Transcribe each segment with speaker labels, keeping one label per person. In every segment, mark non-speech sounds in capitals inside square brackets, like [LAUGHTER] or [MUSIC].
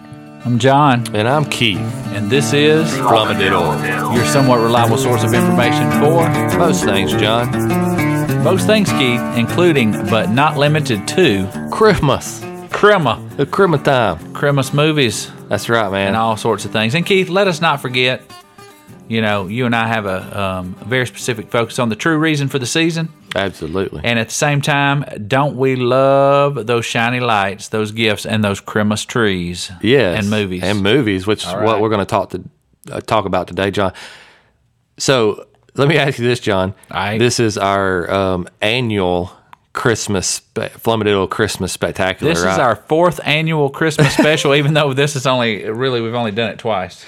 Speaker 1: I'm John,
Speaker 2: And I'm Keith
Speaker 1: and this is
Speaker 2: from It All.
Speaker 1: your somewhat reliable source of information for
Speaker 2: Most things, John.
Speaker 1: most things, Keith, including but not limited to
Speaker 2: Christmas.
Speaker 1: crema,
Speaker 2: The Christmas time.
Speaker 1: Christmas movies,
Speaker 2: That's right, man.
Speaker 1: and all sorts of things. And Keith, let us not forget, you know, you and I have a, um, a very specific focus on the true reason for the season.
Speaker 2: Absolutely.
Speaker 1: And at the same time, don't we love those shiny lights, those gifts, and those Christmas trees?
Speaker 2: yes.
Speaker 1: And movies.
Speaker 2: And movies, which is
Speaker 1: right.
Speaker 2: what we're going to talk to uh, talk about today, John. So let me ask you this, John.
Speaker 1: Aye.
Speaker 2: This is our um, annual Christmas spe- Flummadiddle Christmas Spectacular.
Speaker 1: this
Speaker 2: right?
Speaker 1: is our fourth annual Christmas
Speaker 2: [LAUGHS]
Speaker 1: special, even though this is only really, we've only done it twice.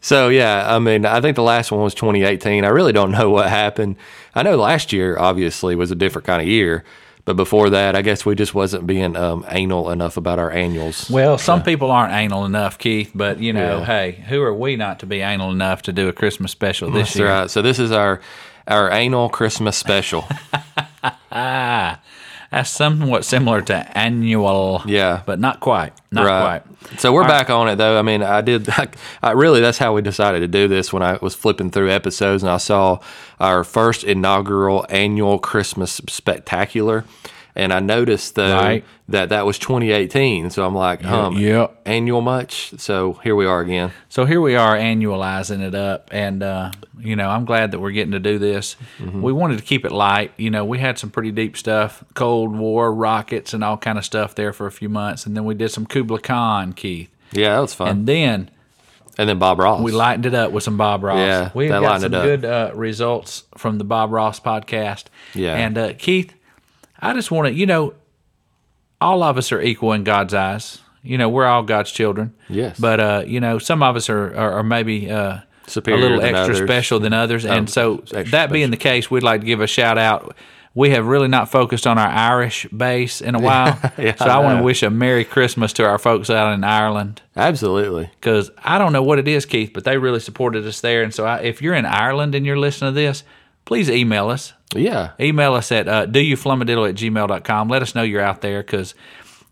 Speaker 2: So yeah, I mean, I think the last one was 2018. I really don't [LAUGHS] know what happened. I know last year obviously was a different kind of year, but before that, I guess we just wasn't being um, anal enough about our annuals.
Speaker 1: Well, some people aren't anal enough, Keith, but you know,
Speaker 2: Yeah.
Speaker 1: hey, who are we not to be anal enough to do a Christmas special this
Speaker 2: That's
Speaker 1: year?
Speaker 2: right. So this is our our anal Christmas special.
Speaker 1: That's somewhat similar to annual.
Speaker 2: Yeah.
Speaker 1: But not quite. Not
Speaker 2: right.
Speaker 1: quite.
Speaker 2: So we're back on it though. I mean, I did. [LAUGHS] I, really that's how we decided to do this. When I was flipping through episodes and I saw our first inaugural annual Christmas spectacular, and I noticed though
Speaker 1: Right.
Speaker 2: that that was 2018. So I'm like, um,
Speaker 1: yep.
Speaker 2: annual much? So here we are again.
Speaker 1: So here we are annualizing it up, and uh, you know I'm glad that we're getting to do this.
Speaker 2: Mm-hmm.
Speaker 1: We wanted to keep it light. You know we had some pretty deep stuff, Cold War, rockets, and all kind of stuff there for a few months, and then we did some Kubla Khan, Keith,
Speaker 2: Yeah, that was fun. And,
Speaker 1: and then
Speaker 2: then Bob Ross.
Speaker 1: we lightened it up with some Bob Ross.
Speaker 2: Yeah,
Speaker 1: we
Speaker 2: that
Speaker 1: have got some
Speaker 2: lightened it up.
Speaker 1: good uh, results from the Bob Ross podcast.
Speaker 2: Yeah.
Speaker 1: and uh, Keith, I just want to you know, all of us are equal in God's eyes. You know we're all God's children.
Speaker 2: Yes.
Speaker 1: but uh, you know some of us are are, are maybe. Uh,
Speaker 2: Superior
Speaker 1: a little
Speaker 2: than
Speaker 1: extra
Speaker 2: others. Um,
Speaker 1: special than others. and so,
Speaker 2: extra
Speaker 1: that being the case, we'd like to give a shout out. We have really not focused on our Irish base in a while.
Speaker 2: [LAUGHS] Yeah,
Speaker 1: so I
Speaker 2: I
Speaker 1: want to
Speaker 2: know.
Speaker 1: wish a Merry Christmas to our folks out in Ireland
Speaker 2: Absolutely.
Speaker 1: because I don't know what it is, Keith, but they really supported us there. And so I, if you're in Ireland and you're listening to this, please email us.
Speaker 2: Yeah.
Speaker 1: Email us at uh, doyouflummadiddle at gmail.com. Let us know you're out there because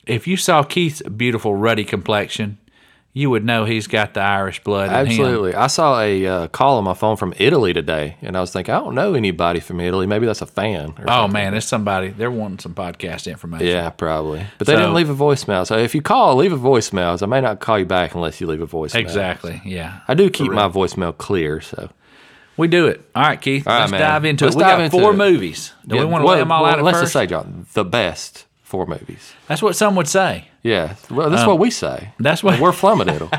Speaker 1: if you saw Keith's beautiful ruddy complexion, you would know he's got the Irish blood in him.
Speaker 2: Absolutely. I saw a uh, call on my phone from Italy today, and I was thinking, I don't know anybody from Italy. Maybe that's a fan. Or
Speaker 1: Oh man, it's somebody. They're wanting some podcast information.
Speaker 2: Yeah, probably. But they
Speaker 1: So-
Speaker 2: didn't leave a voicemail. So if you call, leave a voicemail. So I may not call you back unless you leave a voicemail.
Speaker 1: Exactly. Yeah.
Speaker 2: I do keep my voicemail clear. So
Speaker 1: We do it. All right, Keith.
Speaker 2: right,
Speaker 1: let's
Speaker 2: man.
Speaker 1: dive into
Speaker 2: Let's
Speaker 1: it. We
Speaker 2: dive
Speaker 1: got
Speaker 2: into
Speaker 1: four
Speaker 2: it.
Speaker 1: movies. Do
Speaker 2: Yeah,
Speaker 1: we want to
Speaker 2: well,
Speaker 1: lay them all
Speaker 2: well,
Speaker 1: out at
Speaker 2: Let's
Speaker 1: first?
Speaker 2: just say, John, the best four movies.
Speaker 1: That's what some would say.
Speaker 2: Yeah, well, that's
Speaker 1: Um,
Speaker 2: what we say.
Speaker 1: that's [LAUGHS] what-
Speaker 2: we're flummadiddle.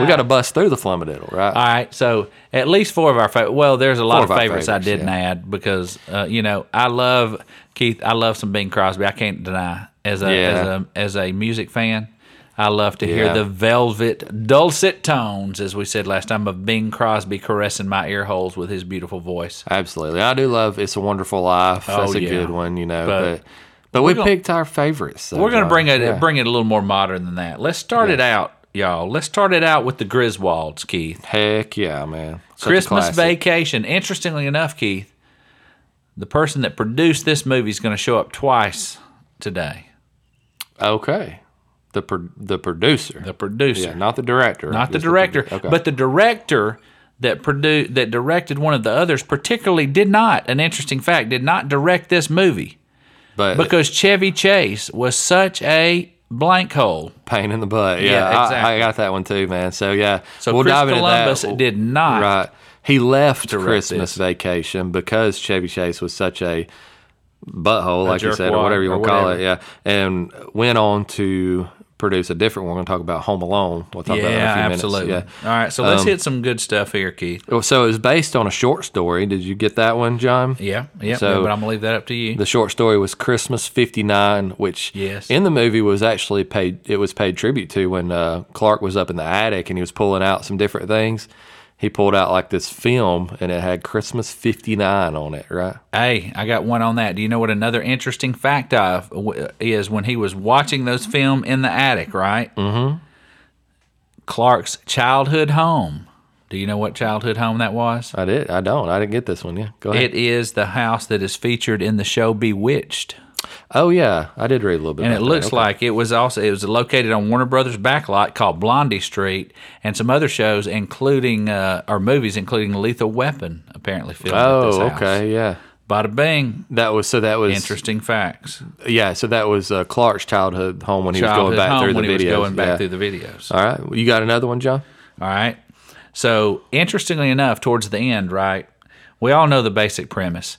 Speaker 2: we got to bust through the flummadiddle, right?
Speaker 1: All right. So at least four of our favorite. Well, there's a lot
Speaker 2: Four
Speaker 1: of
Speaker 2: of our
Speaker 1: favorites, I
Speaker 2: favorites,
Speaker 1: didn't add because uh, you know I love Keith. I love some Bing Crosby. I can't deny as a as
Speaker 2: Yeah.
Speaker 1: a as a music fan. I love to hear
Speaker 2: Yeah.
Speaker 1: the velvet, dulcet tones, as we said last time, of Bing Crosby caressing my ear holes with his beautiful voice.
Speaker 2: Absolutely. I do love "It's a Wonderful Life." That's
Speaker 1: Oh,
Speaker 2: a
Speaker 1: yeah.
Speaker 2: good one, you know.
Speaker 1: But-
Speaker 2: But but, we
Speaker 1: gonna-
Speaker 2: picked our favorites. so,
Speaker 1: We're gonna
Speaker 2: John,
Speaker 1: bring it
Speaker 2: yeah.
Speaker 1: bring it a little more modern than that. Let's start it out, y'all. Let's start it out with the Griswolds, Keith.
Speaker 2: Heck yeah, man! Such a
Speaker 1: Christmas
Speaker 2: classic.
Speaker 1: Vacation. Interestingly enough, Keith, the person that produced this movie is gonna show up twice today.
Speaker 2: Okay, the pro- the producer.
Speaker 1: The producer,
Speaker 2: yeah, not the director.
Speaker 1: not the
Speaker 2: Just
Speaker 1: director,
Speaker 2: produ- okay.
Speaker 1: but the director that produced that directed one of the others, particularly did not. An interesting fact: did not direct this movie
Speaker 2: but
Speaker 1: because Chevy Chase was such a blank hole.
Speaker 2: pain in the butt. Yeah,
Speaker 1: Yeah,
Speaker 2: I- I,
Speaker 1: exactly.
Speaker 2: got that one too, man. So yeah,
Speaker 1: So Chris Columbus
Speaker 2: We'll-
Speaker 1: did not
Speaker 2: Right, he left
Speaker 1: direct
Speaker 2: Christmas Vacation because Chevy Chase was such a butthole, like you said,
Speaker 1: jerkwad
Speaker 2: or whatever you
Speaker 1: or
Speaker 2: want to call
Speaker 1: whatever.
Speaker 2: it. Yeah, and went on to produce a different one. We're going to talk about Home Alone. We'll talk about that in a few
Speaker 1: absolutely.
Speaker 2: minutes. Yeah. Um,
Speaker 1: All right, so let's hit some good stuff here, Keith.
Speaker 2: Well, So it was based on a short story. Did you get that one, John?
Speaker 1: Yeah, yeah.
Speaker 2: So-
Speaker 1: but I'm gonna leave that up to you.
Speaker 2: The short story was Christmas '59, which
Speaker 1: Yes.
Speaker 2: in the movie was actually paid. It was paid tribute to when uh, Clark was up in the attic and he was pulling out some different things. He pulled out like this film and it had Christmas '59 on it, right?
Speaker 1: hey, I got one on that. Do you know what another interesting fact of w- is when he was watching those film in the attic, right? Mm-hmm. Clark's childhood home. Do you know what childhood home that was?
Speaker 2: I did. I don't. I didn't get this one. Yeah, go ahead.
Speaker 1: It is the house that is featured in the show Bewitched.
Speaker 2: Oh yeah, I did read a little bit.
Speaker 1: and it
Speaker 2: about
Speaker 1: looks
Speaker 2: that. Okay.
Speaker 1: like it was also it was located on Warner Brothers backlot called Blondie Street, and some other shows, including uh, or movies, including Lethal Weapon, apparently filmed at this
Speaker 2: Oh,
Speaker 1: house.
Speaker 2: okay, yeah.
Speaker 1: Bada bing!
Speaker 2: That was so. That was
Speaker 1: Interesting facts.
Speaker 2: yeah. So that was uh, Clark's childhood home when he was going
Speaker 1: Childhood
Speaker 2: back
Speaker 1: home
Speaker 2: through the
Speaker 1: when
Speaker 2: videos.
Speaker 1: he was going back
Speaker 2: yeah.
Speaker 1: through the videos.
Speaker 2: All right, Well, you got another one, John?
Speaker 1: All right. So, interestingly enough, towards the end, right, we all know the basic premise.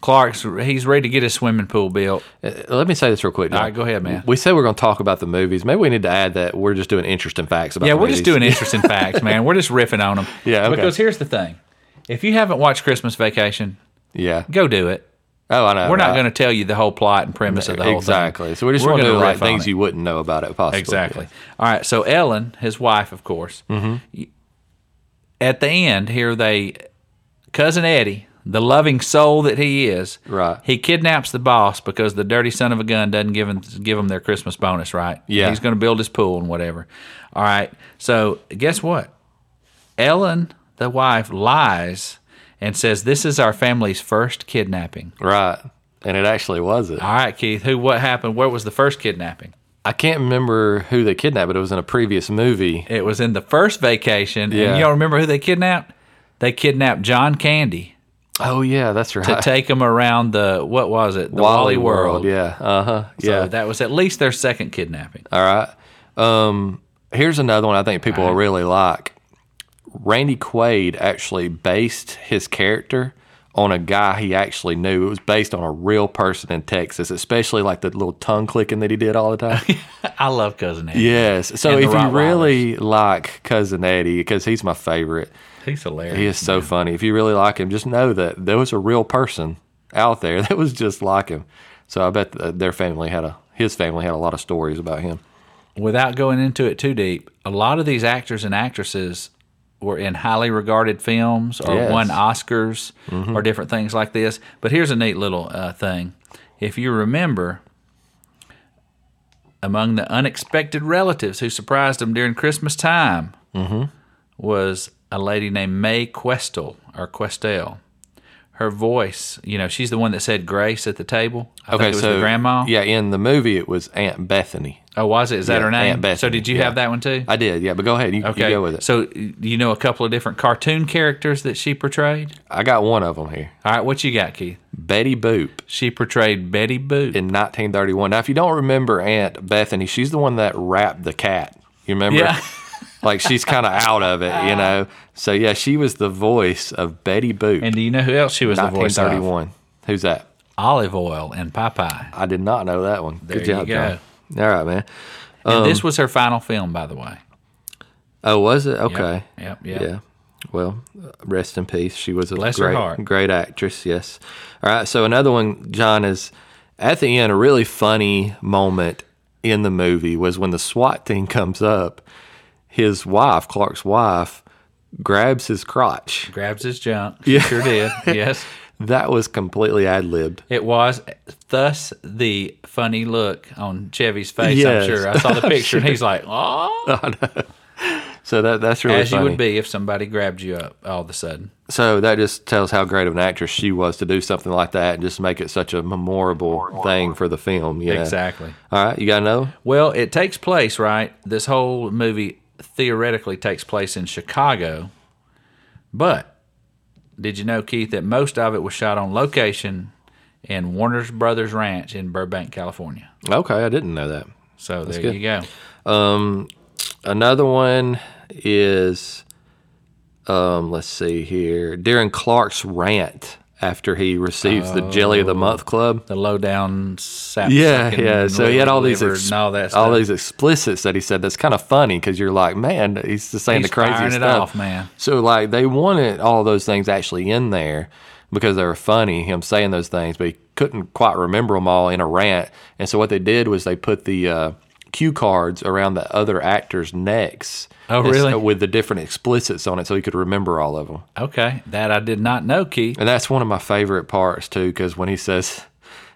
Speaker 1: Clark's he's ready to get his swimming pool built.
Speaker 2: Uh, Let me say this real quick. John.
Speaker 1: All right, go ahead, man.
Speaker 2: We said we're going to talk about the movies. Maybe we need to add that we're just doing interesting facts about.
Speaker 1: Yeah,
Speaker 2: the
Speaker 1: we're just
Speaker 2: movies.
Speaker 1: doing interesting facts, man. We're just riffing on them.
Speaker 2: [LAUGHS] Yeah, okay.
Speaker 1: Because here's the thing: if you haven't watched Christmas Vacation,
Speaker 2: Yeah.
Speaker 1: go do it.
Speaker 2: Oh, I know.
Speaker 1: We're not going to tell you the whole plot and premise of the whole
Speaker 2: exactly.
Speaker 1: thing.
Speaker 2: So we're just going to
Speaker 1: gonna
Speaker 2: do like
Speaker 1: riff on
Speaker 2: things
Speaker 1: it.
Speaker 2: you wouldn't know about it possibly.
Speaker 1: Exactly. All right. So Ellen, his wife, of course.
Speaker 2: Mm-hmm.
Speaker 1: y- At the end, here they, cousin Eddie, the loving soul that he is,
Speaker 2: Right.
Speaker 1: He kidnaps the boss because the dirty son of a gun doesn't give him give him their Christmas bonus, right?
Speaker 2: Yeah.
Speaker 1: He's going to build his pool and whatever. All right. So guess what? Ellen, the wife, lies and says this is our family's first kidnapping.
Speaker 2: Right. And it actually was it.
Speaker 1: All right, Keith. Who? What happened? Where was the first kidnapping?
Speaker 2: I can't remember who they kidnapped, but it was in a previous movie.
Speaker 1: It was in the first vacation.
Speaker 2: Yeah.
Speaker 1: And y'all remember who they kidnapped? They kidnapped John Candy
Speaker 2: Oh yeah, that's right.
Speaker 1: to take him around the what was it? The
Speaker 2: Wally World. Yeah. Uh huh.
Speaker 1: So
Speaker 2: Yeah. Uh,
Speaker 1: that was at least their second kidnapping.
Speaker 2: All right. Um, here's another one I think people will really like. Randy Quaid actually based his character on a guy he actually knew. It was based on a real person in Texas, especially like the little tongue clicking that he did all
Speaker 1: [LAUGHS]
Speaker 2: the time.
Speaker 1: [LAUGHS] I love cousin Eddie.
Speaker 2: yes. So
Speaker 1: And the
Speaker 2: if you really like Cousin Eddie, because he's my favorite,
Speaker 1: He's hilarious.
Speaker 2: he is so funny. If you really like him, just know that there was a real person out there [LAUGHS] that was just like him. So I bet th- their family had a his family had a lot of stories about him.
Speaker 1: Without going into it too deep, a lot of these actors and actresses were in highly regarded films or
Speaker 2: Yes. Mm-hmm.
Speaker 1: won Oscars or different things like this. But here's a neat little uh, thing. If you remember, among the unexpected relatives who surprised him during Christmas time
Speaker 2: Mm-hmm.
Speaker 1: was a lady named May Questel or Questel. Her voice, you know, she's the one that said grace at the table. I think it was the grandma.
Speaker 2: Yeah, in the movie it was Aunt Bethany.
Speaker 1: Oh, was it? Is that
Speaker 2: Yeah,
Speaker 1: her name?
Speaker 2: Aunt Bethany,
Speaker 1: So did you
Speaker 2: yeah.
Speaker 1: have that one too?
Speaker 2: I did, yeah. But go ahead, you, you go with it.
Speaker 1: So y- you know a couple of different cartoon characters that she portrayed.
Speaker 2: I got one of them here,
Speaker 1: All right, what you got, Keith?
Speaker 2: Betty Boop
Speaker 1: She portrayed Betty Boop.
Speaker 2: in 1931. Now, if you don't remember Aunt Bethany, she's the one that wrapped the cat. You remember?
Speaker 1: Yeah.
Speaker 2: [LAUGHS] like she's kind of out of it, you know. So yeah, she was the voice of Betty
Speaker 1: [LAUGHS]
Speaker 2: Boop,
Speaker 1: And do you know who else she was the voice of?
Speaker 2: 1931. Who's that?
Speaker 1: Olive Oil and Popeye.
Speaker 2: I did not know that one. Good
Speaker 1: you
Speaker 2: job,
Speaker 1: go.
Speaker 2: John. All right, man.
Speaker 1: And this
Speaker 2: Um,
Speaker 1: was her final film, by the way.
Speaker 2: Oh, was it? Okay.
Speaker 1: Yep, yep.
Speaker 2: Yeah. Well, uh, rest in peace. She was a
Speaker 1: Bless her
Speaker 2: great,
Speaker 1: heart.
Speaker 2: great actress. Yes. All right. So another one, John, is at the end. A really funny moment in the movie was when the SWAT team comes up. His wife, Clark's wife, grabs his crotch.
Speaker 1: Grabs his junk. She sure
Speaker 2: [LAUGHS]
Speaker 1: did. Yes.
Speaker 2: That was completely ad libbed.
Speaker 1: It was thus the funny look on Chevy's face,
Speaker 2: Yes.
Speaker 1: I'm sure. I
Speaker 2: [LAUGHS]
Speaker 1: saw the picture and he's like, oh,
Speaker 2: So that that's really
Speaker 1: as you
Speaker 2: funny.
Speaker 1: would be if somebody grabbed you up all of a sudden.
Speaker 2: So that just tells how great of an actress she was to do something like that and just make it such a memorable thing for the film. You know?
Speaker 1: Exactly.
Speaker 2: All right, you got to know.
Speaker 1: Well, it takes place, right? This whole movie theoretically takes place in Chicago. But did you know, Keith, that most of it was shot on location in Warner Brothers Ranch in Burbank, California?
Speaker 2: Okay, I didn't know that.
Speaker 1: So there you go.
Speaker 2: Another one is, um, let's see here, during Clark's rant after he receives the Jelly of the Month Club.
Speaker 1: The lowdown sap.
Speaker 2: Yeah, yeah. So he had all these
Speaker 1: ex-
Speaker 2: ex-
Speaker 1: and all that stuff.
Speaker 2: all these explicits that he said. That's kind of funny because you're like, man, he's just saying
Speaker 1: He's
Speaker 2: the craziest
Speaker 1: firing it
Speaker 2: stuff,
Speaker 1: off, man.
Speaker 2: So like they wanted all those things actually in there because they were funny him saying those things, but he couldn't quite remember them all in a rant. And so what they did was they put the uh, cue cards around the other actors' necks.
Speaker 1: Oh,
Speaker 2: and so-
Speaker 1: really?
Speaker 2: With the different explicits on it, so he could remember all of them.
Speaker 1: okay, that I did not know, Keith.
Speaker 2: And that's one of my favorite parts too, because when he says,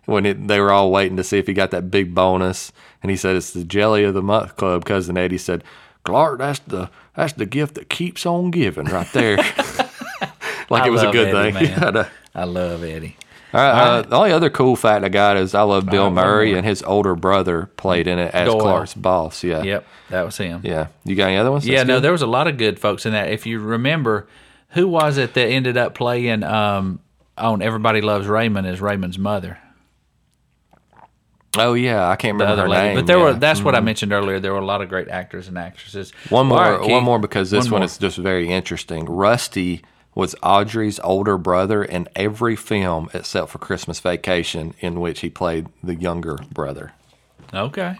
Speaker 2: when it, they were all waiting to see if he got that big bonus, and he said it's the jelly of the month club. Cousin Eddie said, "Clark, that's the that's the gift that
Speaker 1: [LAUGHS]
Speaker 2: keeps on giving, right there." like
Speaker 1: I
Speaker 2: it was a
Speaker 1: love
Speaker 2: good
Speaker 1: Eddie,
Speaker 2: thing. [LAUGHS]
Speaker 1: man.
Speaker 2: I know.
Speaker 1: I love Eddie.
Speaker 2: All right, uh, the only other cool fact I got is I love Bill Murray and his older brother played in it as
Speaker 1: Doyle.
Speaker 2: Clark's boss. Yeah.
Speaker 1: Yep, that was him.
Speaker 2: Yeah. You got any other ones?
Speaker 1: yeah,
Speaker 2: That's
Speaker 1: no,
Speaker 2: good?
Speaker 1: there was a lot of good folks in that. If you remember, who was it that ended up playing um, on Everybody Loves Raymond as Raymond's mother?
Speaker 2: Oh yeah, I can't remember
Speaker 1: Other
Speaker 2: her
Speaker 1: lady.
Speaker 2: name.
Speaker 1: but there
Speaker 2: yeah. Mm-hmm.
Speaker 1: were that's what I mentioned earlier. There were a lot of great actors and actresses.
Speaker 2: One more,
Speaker 1: All right, Keith.
Speaker 2: one more because this
Speaker 1: One
Speaker 2: one,
Speaker 1: more.
Speaker 2: is just very interesting. Rusty was Audrey's older brother in every film except for Christmas Vacation, in which he played the younger brother.
Speaker 1: Okay.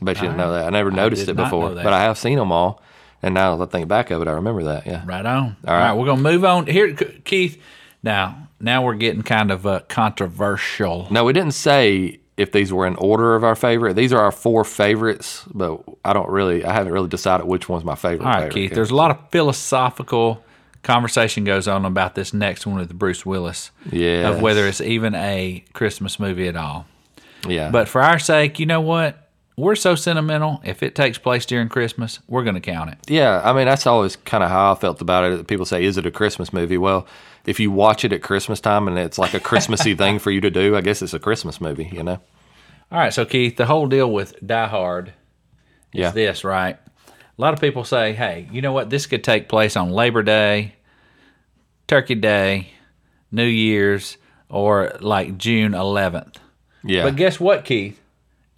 Speaker 2: I bet you didn't know that. I never noticed
Speaker 1: did
Speaker 2: it
Speaker 1: not
Speaker 2: before,
Speaker 1: know that.
Speaker 2: but I have seen them all. And now that I think back of it, I remember that. Yeah.
Speaker 1: Right on. All
Speaker 2: right.
Speaker 1: right, we're gonna move on here, K- Keith. Now, now we're getting kind of uh, controversial.
Speaker 2: No, we didn't say if these were in order of our favorite. These are our four favorites, but I don't really, I haven't really decided which one's my favorite.
Speaker 1: All right,
Speaker 2: favorite
Speaker 1: Keith.
Speaker 2: yet.
Speaker 1: There's a lot of philosophical conversation goes on about this next one with Bruce Willis. Of
Speaker 2: Yes.
Speaker 1: whether it's even a Christmas movie at all.
Speaker 2: yeah.
Speaker 1: But for our sake, you know what? We're so sentimental. If it takes place during Christmas, we're going to count it.
Speaker 2: Yeah, I mean that's always kind of how I felt about it. People say, "Is it a Christmas movie?" Well, if you watch it at Christmas time and it's like a Christmassy thing for you to do, I guess it's a Christmas movie, you know?
Speaker 1: All right. So, Keith, the whole deal with Die Hard is
Speaker 2: Yeah.
Speaker 1: this, right? A lot of people say, hey, you know what? This could take place on Labor Day, Turkey Day, New Year's, or like June 11th.
Speaker 2: Yeah,
Speaker 1: But guess what, Keith?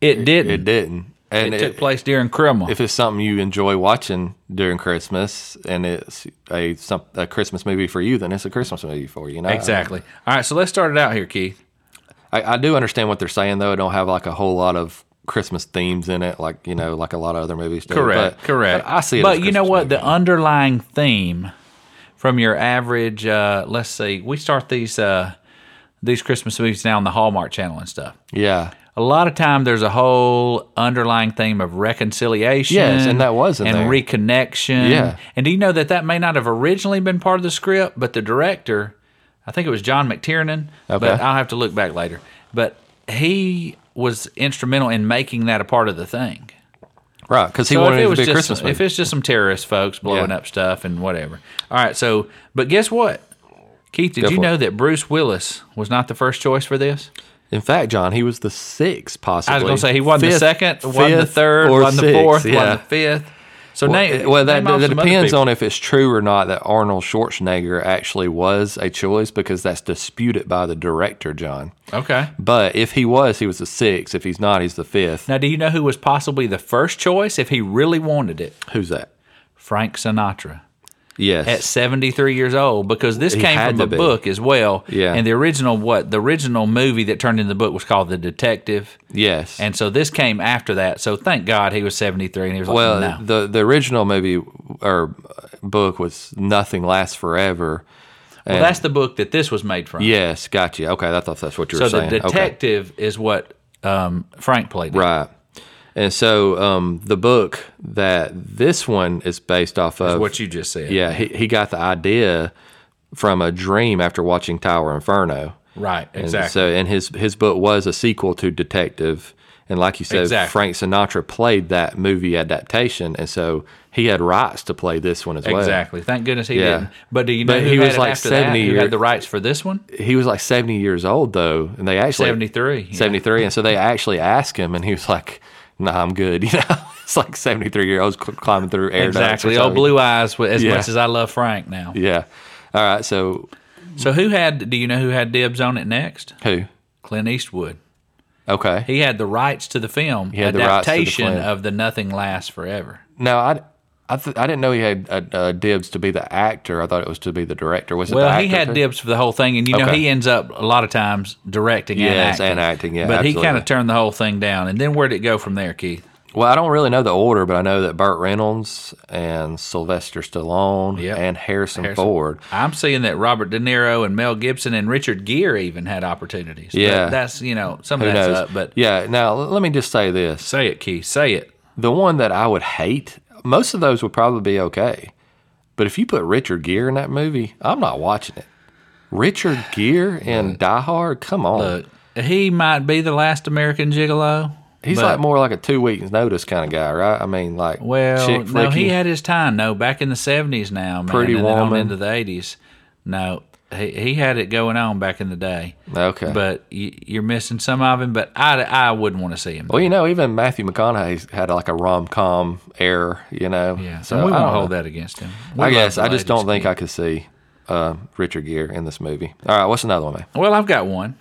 Speaker 1: It didn't.
Speaker 2: it
Speaker 1: It,
Speaker 2: didn't. And it
Speaker 1: took place during Christmas.
Speaker 2: if it's something you enjoy watching during Christmas and it's a some, a Christmas movie for you, then it's a Christmas movie for you, you know?
Speaker 1: exactly. All right. So, let's start it out here, Keith.
Speaker 2: I, I do understand what they're saying though. It don't have like a whole lot of Christmas themes in it, like you know, like a lot of other movies. Do.
Speaker 1: Correct.
Speaker 2: But-
Speaker 1: correct.
Speaker 2: But I see it.
Speaker 1: But
Speaker 2: as a
Speaker 1: you know
Speaker 2: Christmas
Speaker 1: what?
Speaker 2: movie.
Speaker 1: The underlying theme from your average, uh, let's see, we start these uh, these Christmas movies now on the Hallmark Channel and stuff.
Speaker 2: yeah.
Speaker 1: A lot of time, there's a whole underlying theme of reconciliation.
Speaker 2: Yes, and that was in
Speaker 1: and
Speaker 2: there.
Speaker 1: reconnection.
Speaker 2: Yeah.
Speaker 1: And do you know that that may not have originally been part of the script, but the director, I think it was John McTiernan,
Speaker 2: Okay.
Speaker 1: but I'll have to look back later. But he was instrumental in making that a part of the thing.
Speaker 2: Right, because he
Speaker 1: So
Speaker 2: wanted
Speaker 1: if
Speaker 2: it,
Speaker 1: it
Speaker 2: to
Speaker 1: was
Speaker 2: be a
Speaker 1: just
Speaker 2: Christmas movie.
Speaker 1: if it's just some terrorist folks blowing
Speaker 2: Yeah.
Speaker 1: up stuff and whatever. All right, so but guess what, Keith? Did
Speaker 2: Go
Speaker 1: you
Speaker 2: for it.
Speaker 1: know that Bruce Willis was not the first choice for this?
Speaker 2: In fact, John, he was the sixth, possibly.
Speaker 1: I was going to say he wasn't the
Speaker 2: Fifth,
Speaker 1: second, wasn't the
Speaker 2: fifth,
Speaker 1: third,
Speaker 2: or
Speaker 1: wasn't the
Speaker 2: sixth,
Speaker 1: fourth, wasn't
Speaker 2: yeah.
Speaker 1: the fifth. So
Speaker 2: Well,
Speaker 1: name
Speaker 2: it- well, that,
Speaker 1: name off
Speaker 2: that
Speaker 1: some other
Speaker 2: depends
Speaker 1: people.
Speaker 2: on if it's true or not that Arnold Schwarzenegger actually was a choice because that's disputed by the director, John.
Speaker 1: Okay.
Speaker 2: But if he was, he was the sixth. If he's not, he's the fifth.
Speaker 1: Now, do you know who was possibly the first choice if he really wanted it?
Speaker 2: Who's that?
Speaker 1: Frank Sinatra.
Speaker 2: Yes.
Speaker 1: at 73 years old because this came
Speaker 2: had
Speaker 1: from
Speaker 2: to
Speaker 1: a
Speaker 2: be.
Speaker 1: book as well.
Speaker 2: Yeah.
Speaker 1: And the original what the original movie that turned into the book was called The Detective.
Speaker 2: yes.
Speaker 1: And so this came after that. So thank God he was 73 and he was like,
Speaker 2: well,
Speaker 1: no.
Speaker 2: the the original movie or book was Nothing Lasts Forever.
Speaker 1: well, that's the book that this was made from.
Speaker 2: Yes, got you. Okay, I thought that's what you
Speaker 1: so
Speaker 2: were
Speaker 1: the
Speaker 2: saying. okay.
Speaker 1: detective is what um, Frank played. in.
Speaker 2: Right. And so um, the book that this one is based off of,
Speaker 1: What you just said.
Speaker 2: yeah, he, he got the idea from a dream after watching Tower Inferno.
Speaker 1: Right.
Speaker 2: And
Speaker 1: Exactly.
Speaker 2: So, and his his book was a sequel to Detective, and like you said,
Speaker 1: Exactly.
Speaker 2: Frank Sinatra played that movie adaptation, and so he had rights to play this one as well.
Speaker 1: Exactly. Thank goodness he
Speaker 2: Yeah.
Speaker 1: didn't. But do you know
Speaker 2: But
Speaker 1: who
Speaker 2: he
Speaker 1: had
Speaker 2: was
Speaker 1: it
Speaker 2: like
Speaker 1: after
Speaker 2: 70
Speaker 1: that? Who
Speaker 2: year-
Speaker 1: had the rights for this one?
Speaker 2: He was like seventy years old though, and they actually
Speaker 1: 73. yeah.
Speaker 2: 73 and so they actually asked him and he was like nah i'm good [LAUGHS] you know it's like 73 year olds cl- climbing through air ducts or
Speaker 1: Exactly. Oh,
Speaker 2: something.
Speaker 1: blue eyes. As
Speaker 2: Yeah.
Speaker 1: much as I love Frank now.
Speaker 2: yeah all right so
Speaker 1: So who had? Do you know who had dibs on it next?
Speaker 2: who
Speaker 1: Clint Eastwood.
Speaker 2: okay
Speaker 1: He had the rights to the film
Speaker 2: had the rights to the
Speaker 1: adaptation
Speaker 2: film.
Speaker 1: of the Nothing Lasts Forever.
Speaker 2: no i I, th- I didn't know he had uh, uh, dibs to be the actor. I thought it was to be the director. Was it the
Speaker 1: Well,
Speaker 2: actor
Speaker 1: he had
Speaker 2: too?
Speaker 1: dibs for the whole thing, and you know
Speaker 2: Okay.
Speaker 1: he ends up a lot of times directing and
Speaker 2: Yes,
Speaker 1: acting.
Speaker 2: and acting, yeah,
Speaker 1: but he
Speaker 2: absolutely.
Speaker 1: kind of turned the whole thing down. And then where did it go from there, Keith?
Speaker 2: Well, I don't really know the order, but I know that Burt Reynolds and Sylvester Stallone
Speaker 1: Yep.
Speaker 2: and Harrison, Ford.
Speaker 1: I'm seeing that Robert De Niro and Mel Gibson and Richard Gere even had opportunities. But
Speaker 2: Yeah.
Speaker 1: that's you know some
Speaker 2: Who
Speaker 1: of that's
Speaker 2: knows?
Speaker 1: up, but
Speaker 2: yeah. Now, l- let me just say this:
Speaker 1: say it, Keith, say it.
Speaker 2: The one that I would hate, most of those would probably be okay. But if you put Richard Gere in that movie, I'm not watching it. Richard Gere in Die Hard? Come on.
Speaker 1: Look, he might be the last American Gigolo.
Speaker 2: He's
Speaker 1: but-
Speaker 2: like more like a two weeks notice kind of guy, right? I mean, like
Speaker 1: Well,
Speaker 2: chick
Speaker 1: no,
Speaker 2: flicky.
Speaker 1: he had his time. No, back in the seventies now, man,
Speaker 2: Pretty
Speaker 1: and then on
Speaker 2: Woman.
Speaker 1: into the eighties. No, he, he had it going on back in the day.
Speaker 2: Okay.
Speaker 1: But you, you're missing some of him. But I, I wouldn't want to see him.
Speaker 2: well, you know, even Matthew McConaughey had like a rom com air, you know.
Speaker 1: yeah, so
Speaker 2: So
Speaker 1: we
Speaker 2: I
Speaker 1: won't
Speaker 2: don't
Speaker 1: hold
Speaker 2: know.
Speaker 1: that against him.
Speaker 2: I
Speaker 1: We love
Speaker 2: guess
Speaker 1: the
Speaker 2: I just don't
Speaker 1: latest.
Speaker 2: think I could see uh, Richard Gere in this movie. All right, what's another one, man?
Speaker 1: Well, I've got one.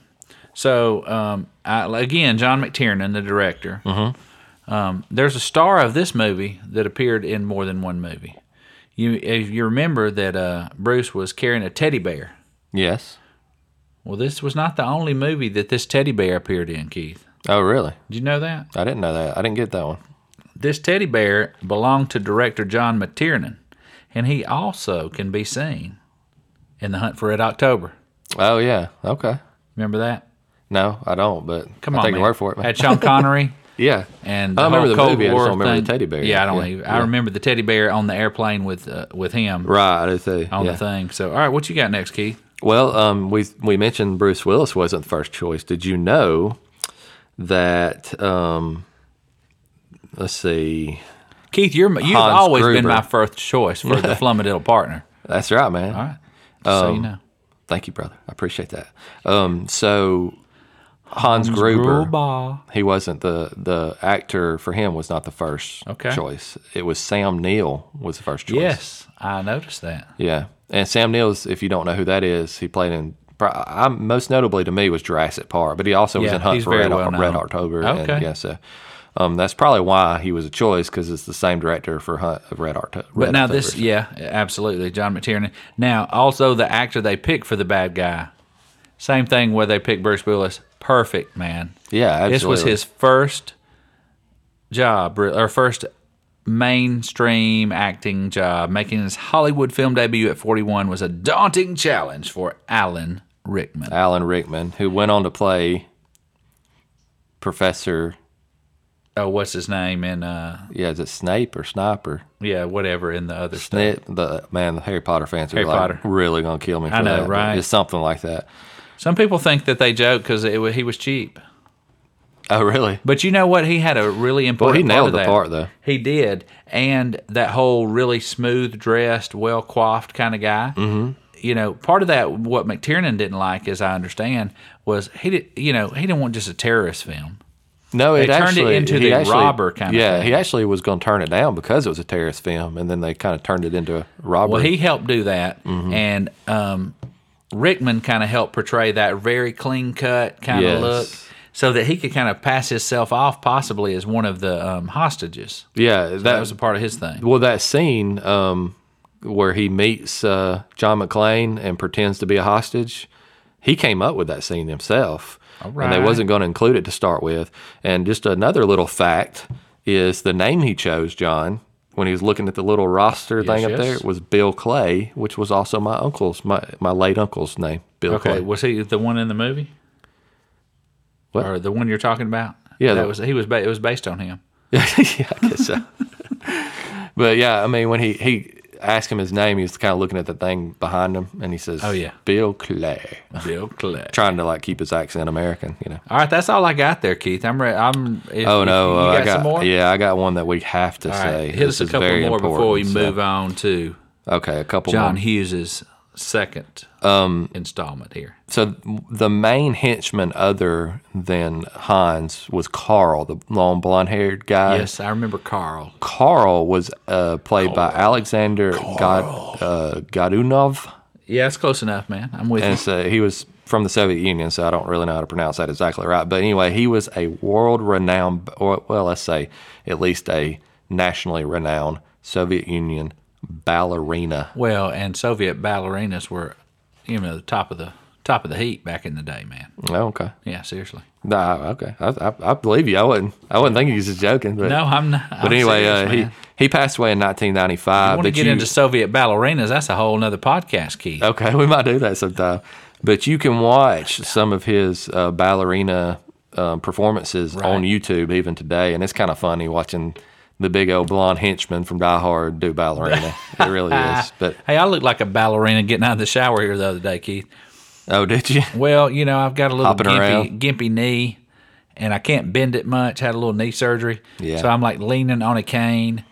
Speaker 1: So um, I, again, John McTiernan, the director.
Speaker 2: Mm-hmm.
Speaker 1: Um, there's a star of this movie that appeared in more than one movie. You, if you remember that uh, Bruce was carrying a teddy bear.
Speaker 2: Yes.
Speaker 1: Well, this was not the only movie that this teddy bear appeared in, Keith.
Speaker 2: Oh, really?
Speaker 1: Did you know that?
Speaker 2: I didn't know that. I didn't get that one.
Speaker 1: This teddy bear belonged to director John McTiernan, and he also can be seen in The Hunt for Red October.
Speaker 2: Oh, yeah. Okay.
Speaker 1: Remember that?
Speaker 2: No, I don't, but
Speaker 1: Come
Speaker 2: I'll
Speaker 1: on,
Speaker 2: take
Speaker 1: man.
Speaker 2: your word for it, man.
Speaker 1: Had
Speaker 2: [LAUGHS]
Speaker 1: Sean Connery.
Speaker 2: yeah.
Speaker 1: and
Speaker 2: I
Speaker 1: the
Speaker 2: remember
Speaker 1: whole
Speaker 2: the
Speaker 1: Cold
Speaker 2: movie. I just
Speaker 1: War
Speaker 2: don't remember
Speaker 1: thing.
Speaker 2: the teddy bear.
Speaker 1: Yeah, I don't.
Speaker 2: Yeah,
Speaker 1: even- I
Speaker 2: yeah.
Speaker 1: remember the teddy bear on the airplane with uh, with him
Speaker 2: Right, I do too.
Speaker 1: on
Speaker 2: yeah.
Speaker 1: the thing. So, all right, what you got next, Keith?
Speaker 2: Well, um, we we mentioned Bruce Willis wasn't the first choice. Did you know that? Um, let's see.
Speaker 1: Keith, you're m- you've
Speaker 2: Hans
Speaker 1: always been
Speaker 2: Gruber.
Speaker 1: my first choice for
Speaker 2: [LAUGHS]
Speaker 1: the Flummadiddle partner.
Speaker 2: That's right, man.
Speaker 1: All right, just
Speaker 2: Um,
Speaker 1: so you know,
Speaker 2: Thank you, brother. I appreciate that. Um, so Hans, Gruber,
Speaker 1: Gruber.
Speaker 2: he wasn't the the actor for him was not the first
Speaker 1: Okay.
Speaker 2: choice. It was Sam Neill was the first choice.
Speaker 1: Yes, I noticed that.
Speaker 2: Yeah, and Sam Neill's. If you don't know who that is, he played in. pro- I, most notably to me was Jurassic Park, but he also was
Speaker 1: Yeah,
Speaker 2: in Hunt
Speaker 1: he's
Speaker 2: for
Speaker 1: very
Speaker 2: Red,
Speaker 1: well
Speaker 2: Red
Speaker 1: known.
Speaker 2: October.
Speaker 1: Okay.
Speaker 2: And, yeah, so um, that's probably why he was a choice because it's the same director for Hunt of Red, Octo- Red
Speaker 1: But now
Speaker 2: October.
Speaker 1: this, yeah, absolutely, John McTiernan. Now, also the actor they picked for the bad guy, same thing where they picked Bruce Willis. Perfect man.
Speaker 2: yeah, absolutely.
Speaker 1: This was his first job re- or first mainstream acting job. Making his Hollywood film debut at 41 was a daunting challenge for Alan Rickman.
Speaker 2: Alan Rickman, who went on to play Professor.
Speaker 1: Oh, what's his name? And uh,
Speaker 2: Yeah, is it Snape or Sniper?
Speaker 1: yeah, whatever in the other stuff.
Speaker 2: Snape, the man, the Harry Potter fans are
Speaker 1: Harry
Speaker 2: like
Speaker 1: Potter.
Speaker 2: really gonna kill me. For
Speaker 1: I know,
Speaker 2: that, but
Speaker 1: right?
Speaker 2: It's something like that.
Speaker 1: Some people think that they joke because he was cheap.
Speaker 2: Oh, really?
Speaker 1: But you know what? He had a really important.
Speaker 2: he
Speaker 1: part
Speaker 2: nailed
Speaker 1: of
Speaker 2: the
Speaker 1: that.
Speaker 2: part, though.
Speaker 1: He did, and that whole really smooth dressed, well coiffed kind of guy. Mm-hmm. You know, part of that what McTiernan didn't like, as I understand, was he did. You know, he didn't want just a terrorist film.
Speaker 2: No, it
Speaker 1: turned it
Speaker 2: actually
Speaker 1: into
Speaker 2: he
Speaker 1: the
Speaker 2: actually-
Speaker 1: robber kind of
Speaker 2: Yeah,
Speaker 1: thing.
Speaker 2: he actually was going to turn it down because it was a terrorist film, and then they kind of turned it into a robbery.
Speaker 1: Well, he helped do that,
Speaker 2: Mm-hmm.
Speaker 1: and um, Rickman kind of helped portray that very clean cut kind of
Speaker 2: Yes.
Speaker 1: look, so that he could kind of pass himself off possibly as one of the um, hostages.
Speaker 2: yeah, that,
Speaker 1: That was
Speaker 2: was
Speaker 1: a part of his thing.
Speaker 2: well that scene um, where he meets uh, John McClane and pretends to be a hostage. He came up with that scene himself, and they
Speaker 1: right.
Speaker 2: wasn't going to include it to start with. And just another little fact is the name he chose, John, when he was looking at the little roster thing up
Speaker 1: yes.
Speaker 2: there, was Bill Clay, which was also my uncle's, my my late uncle's name, Bill
Speaker 1: Okay,
Speaker 2: Clay.
Speaker 1: was he the one in the movie?
Speaker 2: What?
Speaker 1: Or the one you're talking about?
Speaker 2: Yeah,
Speaker 1: that
Speaker 2: the-
Speaker 1: was he was. Ba- it was based on him.
Speaker 2: [LAUGHS] yeah, I guess so. but yeah, I mean, when he he asked him his name, he was kind of looking at the thing behind him, and he says, "Oh
Speaker 1: yeah.
Speaker 2: Bill Clay,"
Speaker 1: Bill Clay.
Speaker 2: trying to like keep his accent American, you know.
Speaker 1: All right, that's all I got there, Keith. I'm ready. I'm. If,
Speaker 2: Oh
Speaker 1: if
Speaker 2: no,
Speaker 1: you
Speaker 2: uh,
Speaker 1: got,
Speaker 2: I got
Speaker 1: some more.
Speaker 2: yeah, I got one that we have to
Speaker 1: All
Speaker 2: say.
Speaker 1: right, hit
Speaker 2: This
Speaker 1: us a
Speaker 2: is
Speaker 1: couple
Speaker 2: very
Speaker 1: more before we
Speaker 2: important, so-
Speaker 1: move on to
Speaker 2: Okay, a couple
Speaker 1: John
Speaker 2: more.
Speaker 1: Hughes's second
Speaker 2: Um,
Speaker 1: installment here.
Speaker 2: So th- the main henchman, other than Hans, was Carl, the long blonde-haired guy.
Speaker 1: Yes, I remember Carl.
Speaker 2: Carl was uh, played by Alexander God, uh, Godunov.
Speaker 1: Yeah, that's close enough, man. I'm with
Speaker 2: and so he was from the Soviet Union, so I don't really know how to pronounce that exactly right. But anyway, he was a world-renowned, or well, let's say at least a nationally renowned Soviet Union ballerina.
Speaker 1: you. Well, and Soviet ballerinas were, you know, the top of the top of the heat back in the day, man.
Speaker 2: Oh, okay,
Speaker 1: Yeah, seriously.
Speaker 2: nah, okay, I, I, I believe you. I wasn't, I wasn't thinking you was just joking, but
Speaker 1: No, I'm not.
Speaker 2: But anyway, uh, he he passed away in 1995.
Speaker 1: I want to
Speaker 2: but
Speaker 1: get
Speaker 2: you- Uh,
Speaker 1: into Soviet ballerinas. That's a whole nother podcast, Keith.
Speaker 2: Okay, [LAUGHS] we might do that sometime. But you can watch some of his uh, ballerina um, performances on YouTube even today, and it's kind of funny watching the big old blonde henchman from Die Hard do ballerina. it really
Speaker 1: [LAUGHS]
Speaker 2: is. But
Speaker 1: Hey, I look like a ballerina getting out of the shower here the other day, Keith.
Speaker 2: oh, did you?
Speaker 1: Well, you know, I've got a little
Speaker 2: Hopping
Speaker 1: gimpy,
Speaker 2: around.
Speaker 1: gimpy knee, and I can't bend it much. Had a little knee surgery,
Speaker 2: Yeah.
Speaker 1: so I'm like leaning on a cane,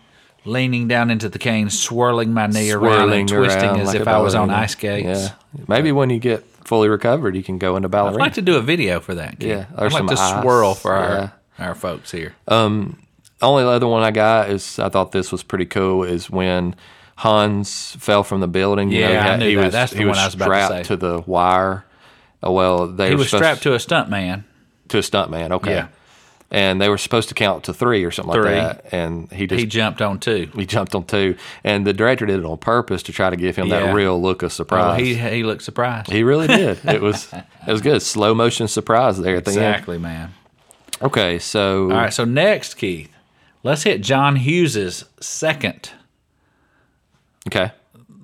Speaker 1: leaning down into the cane, swirling my knee around
Speaker 2: Swirling
Speaker 1: and twisting
Speaker 2: around
Speaker 1: as
Speaker 2: like
Speaker 1: if
Speaker 2: a
Speaker 1: I was on
Speaker 2: ballerina.
Speaker 1: ice skates.
Speaker 2: Yeah. Maybe when you get fully recovered, you can go into
Speaker 1: I'd
Speaker 2: ballerina.
Speaker 1: like to do a video for that. Ken.
Speaker 2: Yeah, or
Speaker 1: I'd like
Speaker 2: some
Speaker 1: to
Speaker 2: ice,
Speaker 1: swirl for our
Speaker 2: yeah.
Speaker 1: our folks here.
Speaker 2: only other one I got is I thought this was pretty cool is when Hans fell from the building. You
Speaker 1: Yeah, I
Speaker 2: he,
Speaker 1: knew
Speaker 2: he
Speaker 1: that.
Speaker 2: was
Speaker 1: That's the
Speaker 2: he was
Speaker 1: one I was about to
Speaker 2: strapped
Speaker 1: say.
Speaker 2: the wire. Uh, Well, they
Speaker 1: he
Speaker 2: were
Speaker 1: was
Speaker 2: supposed
Speaker 1: strapped to a stunt man.
Speaker 2: to a stunt man. Okay,
Speaker 1: Yeah.
Speaker 2: and they were supposed to count to three or something
Speaker 1: Three.
Speaker 2: like that, and he just.
Speaker 1: He
Speaker 2: [LAUGHS] He
Speaker 1: jumped on two.
Speaker 2: jumped on two, and the director did it on purpose to try to give him
Speaker 1: Yeah.
Speaker 2: that real look of
Speaker 1: Oh,
Speaker 2: surprise.
Speaker 1: he he looked surprised.
Speaker 2: he really did. It was it was good. Slow motion surprise there at the
Speaker 1: exactly, man.
Speaker 2: end. Okay, so
Speaker 1: All right, so next, Keith, let's hit John Hughes's second
Speaker 2: okay,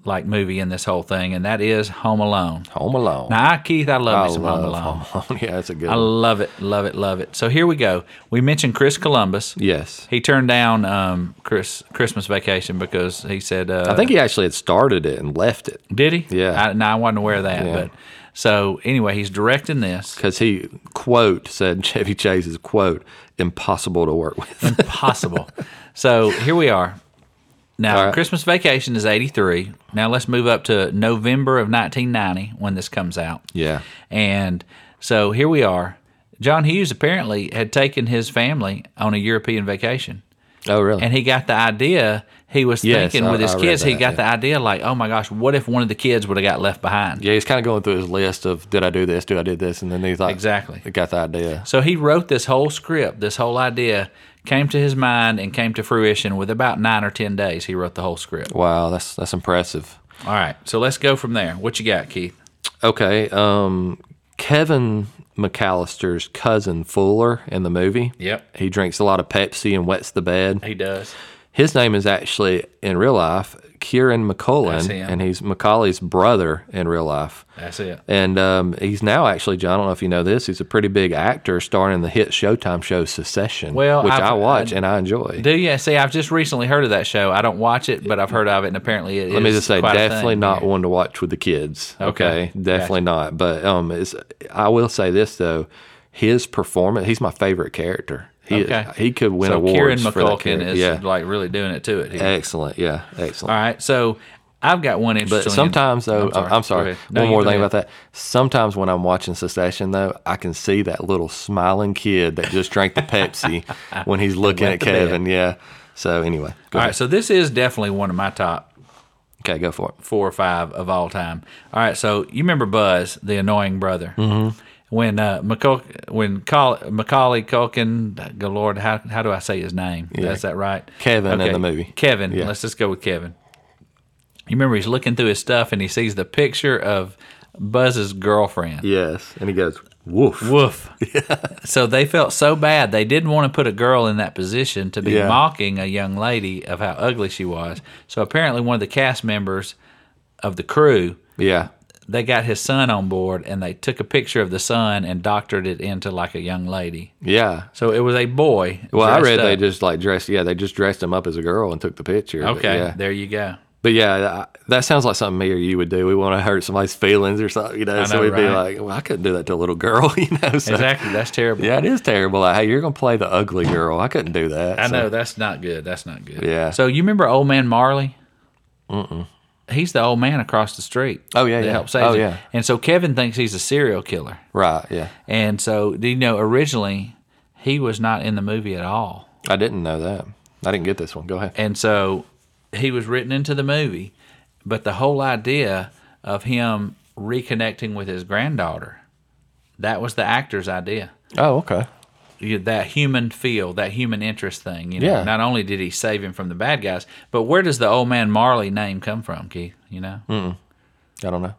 Speaker 1: like movie in this whole thing, and that is Home Alone.
Speaker 2: Home Alone.
Speaker 1: Now, I, Keith, I love
Speaker 2: I
Speaker 1: me some
Speaker 2: love
Speaker 1: Home Alone.
Speaker 2: Home Alone. [LAUGHS] yeah, that's a good.
Speaker 1: I
Speaker 2: one.
Speaker 1: love it, love it, love it. So here we go. We mentioned Chris Columbus.
Speaker 2: Yes,
Speaker 1: He turned down um, Chris Christmas Vacation because he said uh,
Speaker 2: I think he actually had started it and left it
Speaker 1: Did he?
Speaker 2: Yeah.
Speaker 1: I, no, I wasn't aware of that.
Speaker 2: Yeah.
Speaker 1: But so anyway, he's directing this.
Speaker 2: because he quote said [LAUGHS] Chevy Chase's quote impossible to
Speaker 1: [LAUGHS]
Speaker 2: work with.
Speaker 1: Impossible. so here we are. Now,
Speaker 2: All right.
Speaker 1: Christmas Vacation is 83. Now let's move up to November of 1990 when this comes out.
Speaker 2: yeah,
Speaker 1: And so here we are. John Hughes apparently had taken his family on a European vacation.
Speaker 2: oh really?
Speaker 1: And he got the idea. He was
Speaker 2: Yes,
Speaker 1: thinking
Speaker 2: I-
Speaker 1: with his
Speaker 2: I read
Speaker 1: kids, he
Speaker 2: that,
Speaker 1: got the idea like, oh my gosh, what if one of the kids would have got left behind?
Speaker 2: yeah, he's kind of going through his list of did I do this? Did I do this? And then he's like,
Speaker 1: Exactly.
Speaker 2: he got the idea.
Speaker 1: So he wrote this whole script, this whole idea came to his mind and came to fruition with about nine or 10 days. He wrote the whole script.
Speaker 2: Wow, that's that's impressive.
Speaker 1: All right. So let's go from there. What you got, Keith?
Speaker 2: Okay, um, Kevin McAllister's cousin Fuller in the movie.
Speaker 1: Yep.
Speaker 2: he drinks a lot of Pepsi and wets the bed.
Speaker 1: He does.
Speaker 2: His name is actually in real life Kieran
Speaker 1: That's
Speaker 2: McCullen,
Speaker 1: him.
Speaker 2: and he's Macaulay's brother in real life.
Speaker 1: That's it.
Speaker 2: And um, he's now actually, John, I don't know if you know this, he's a pretty big actor starring in the hit Showtime show Secession,
Speaker 1: Well,
Speaker 2: which
Speaker 1: I've-
Speaker 2: I watch and I enjoy.
Speaker 1: Do you? See, I've just recently heard of that show. I don't watch it, but I've heard of it, and apparently it
Speaker 2: Let me just say, definitely
Speaker 1: not.
Speaker 2: not one to watch with the kids. Okay, definitely not. But um, it's, I will say this though, his performance, he's my favorite character. He,
Speaker 1: Okay.
Speaker 2: he could win
Speaker 1: So
Speaker 2: awards
Speaker 1: Kieran
Speaker 2: for that
Speaker 1: McCulkin
Speaker 2: character.
Speaker 1: is
Speaker 2: yeah,
Speaker 1: like really doing it to it. Here.
Speaker 2: excellent. Yeah, excellent.
Speaker 1: All right, so I've got one interesting.
Speaker 2: But sometimes though, I'm
Speaker 1: I'm sorry.
Speaker 2: sorry.
Speaker 1: Go ahead. No,
Speaker 2: one
Speaker 1: you
Speaker 2: more
Speaker 1: go
Speaker 2: thing
Speaker 1: ahead.
Speaker 2: about that. Sometimes when I'm watching Secession though, I can see that little smiling kid that just drank
Speaker 1: [LAUGHS]
Speaker 2: the Pepsi when he's looking at
Speaker 1: went to bed.
Speaker 2: Kevin. Yeah. So anyway,
Speaker 1: all
Speaker 2: go ahead.
Speaker 1: right, so this is definitely one of my top
Speaker 2: okay, go for it.
Speaker 1: four or five of all time. All right, so you remember Buzz, the annoying brother, mm-hmm. when uh, McCul- when Col- Macaulay Culkin, good lord, how how do I say his name? Is that right?
Speaker 2: Kevin in the movie.
Speaker 1: Kevin.
Speaker 2: Yeah.
Speaker 1: Let's just go with Kevin. You remember he's looking through his stuff and he sees the picture of Buzz's girlfriend.
Speaker 2: Yes, and he goes woof.
Speaker 1: Woof.
Speaker 2: [LAUGHS]
Speaker 1: So they felt so bad. They didn't want to put a girl in that position to be
Speaker 2: Yeah.
Speaker 1: mocking a young lady of how ugly she was. So apparently, one of the cast members of the crew,
Speaker 2: Yeah.
Speaker 1: they got his son on board and they took a picture of the son and doctored it into like a young lady.
Speaker 2: Yeah.
Speaker 1: So it was a boy.
Speaker 2: Well, I
Speaker 1: dressed
Speaker 2: read they
Speaker 1: up.
Speaker 2: just like dressed. Yeah, they just dressed him up as a girl and took the picture. but
Speaker 1: Okay,
Speaker 2: yeah.
Speaker 1: there you go.
Speaker 2: But yeah, that- that sounds like something me or you would do. We want to hurt somebody's feelings or something, you know. so
Speaker 1: know,
Speaker 2: we'd be
Speaker 1: right?
Speaker 2: like, "Well, I couldn't do that to a little girl," [LAUGHS] you know. So
Speaker 1: Exactly. That's terrible.
Speaker 2: Yeah, it is terrible. Like, hey, you're gonna play the ugly girl. I couldn't do that.
Speaker 1: I
Speaker 2: So-
Speaker 1: know that's not good. That's not good.
Speaker 2: Yeah.
Speaker 1: So you remember old man Marley? Mm-mm. He's the old man across the street.
Speaker 2: Oh, yeah,
Speaker 1: that
Speaker 2: yeah.
Speaker 1: helps save
Speaker 2: Oh,
Speaker 1: him.
Speaker 2: yeah.
Speaker 1: And so Kevin thinks he's a serial killer.
Speaker 2: Right? Yeah,
Speaker 1: And so do you know originally he was not in the movie at all.
Speaker 2: I didn't know that. I didn't get this one. Go ahead.
Speaker 1: And so he was written into the movie, but the whole idea of him reconnecting with his granddaughter, that was the actor's idea.
Speaker 2: Oh, okay.
Speaker 1: you- that human feel, that human interest thing. You know,
Speaker 2: Yeah.
Speaker 1: not only did he save him from the bad guys, but where does the old man Marley name come from, Keith? You know,
Speaker 2: Hmm. I don't know.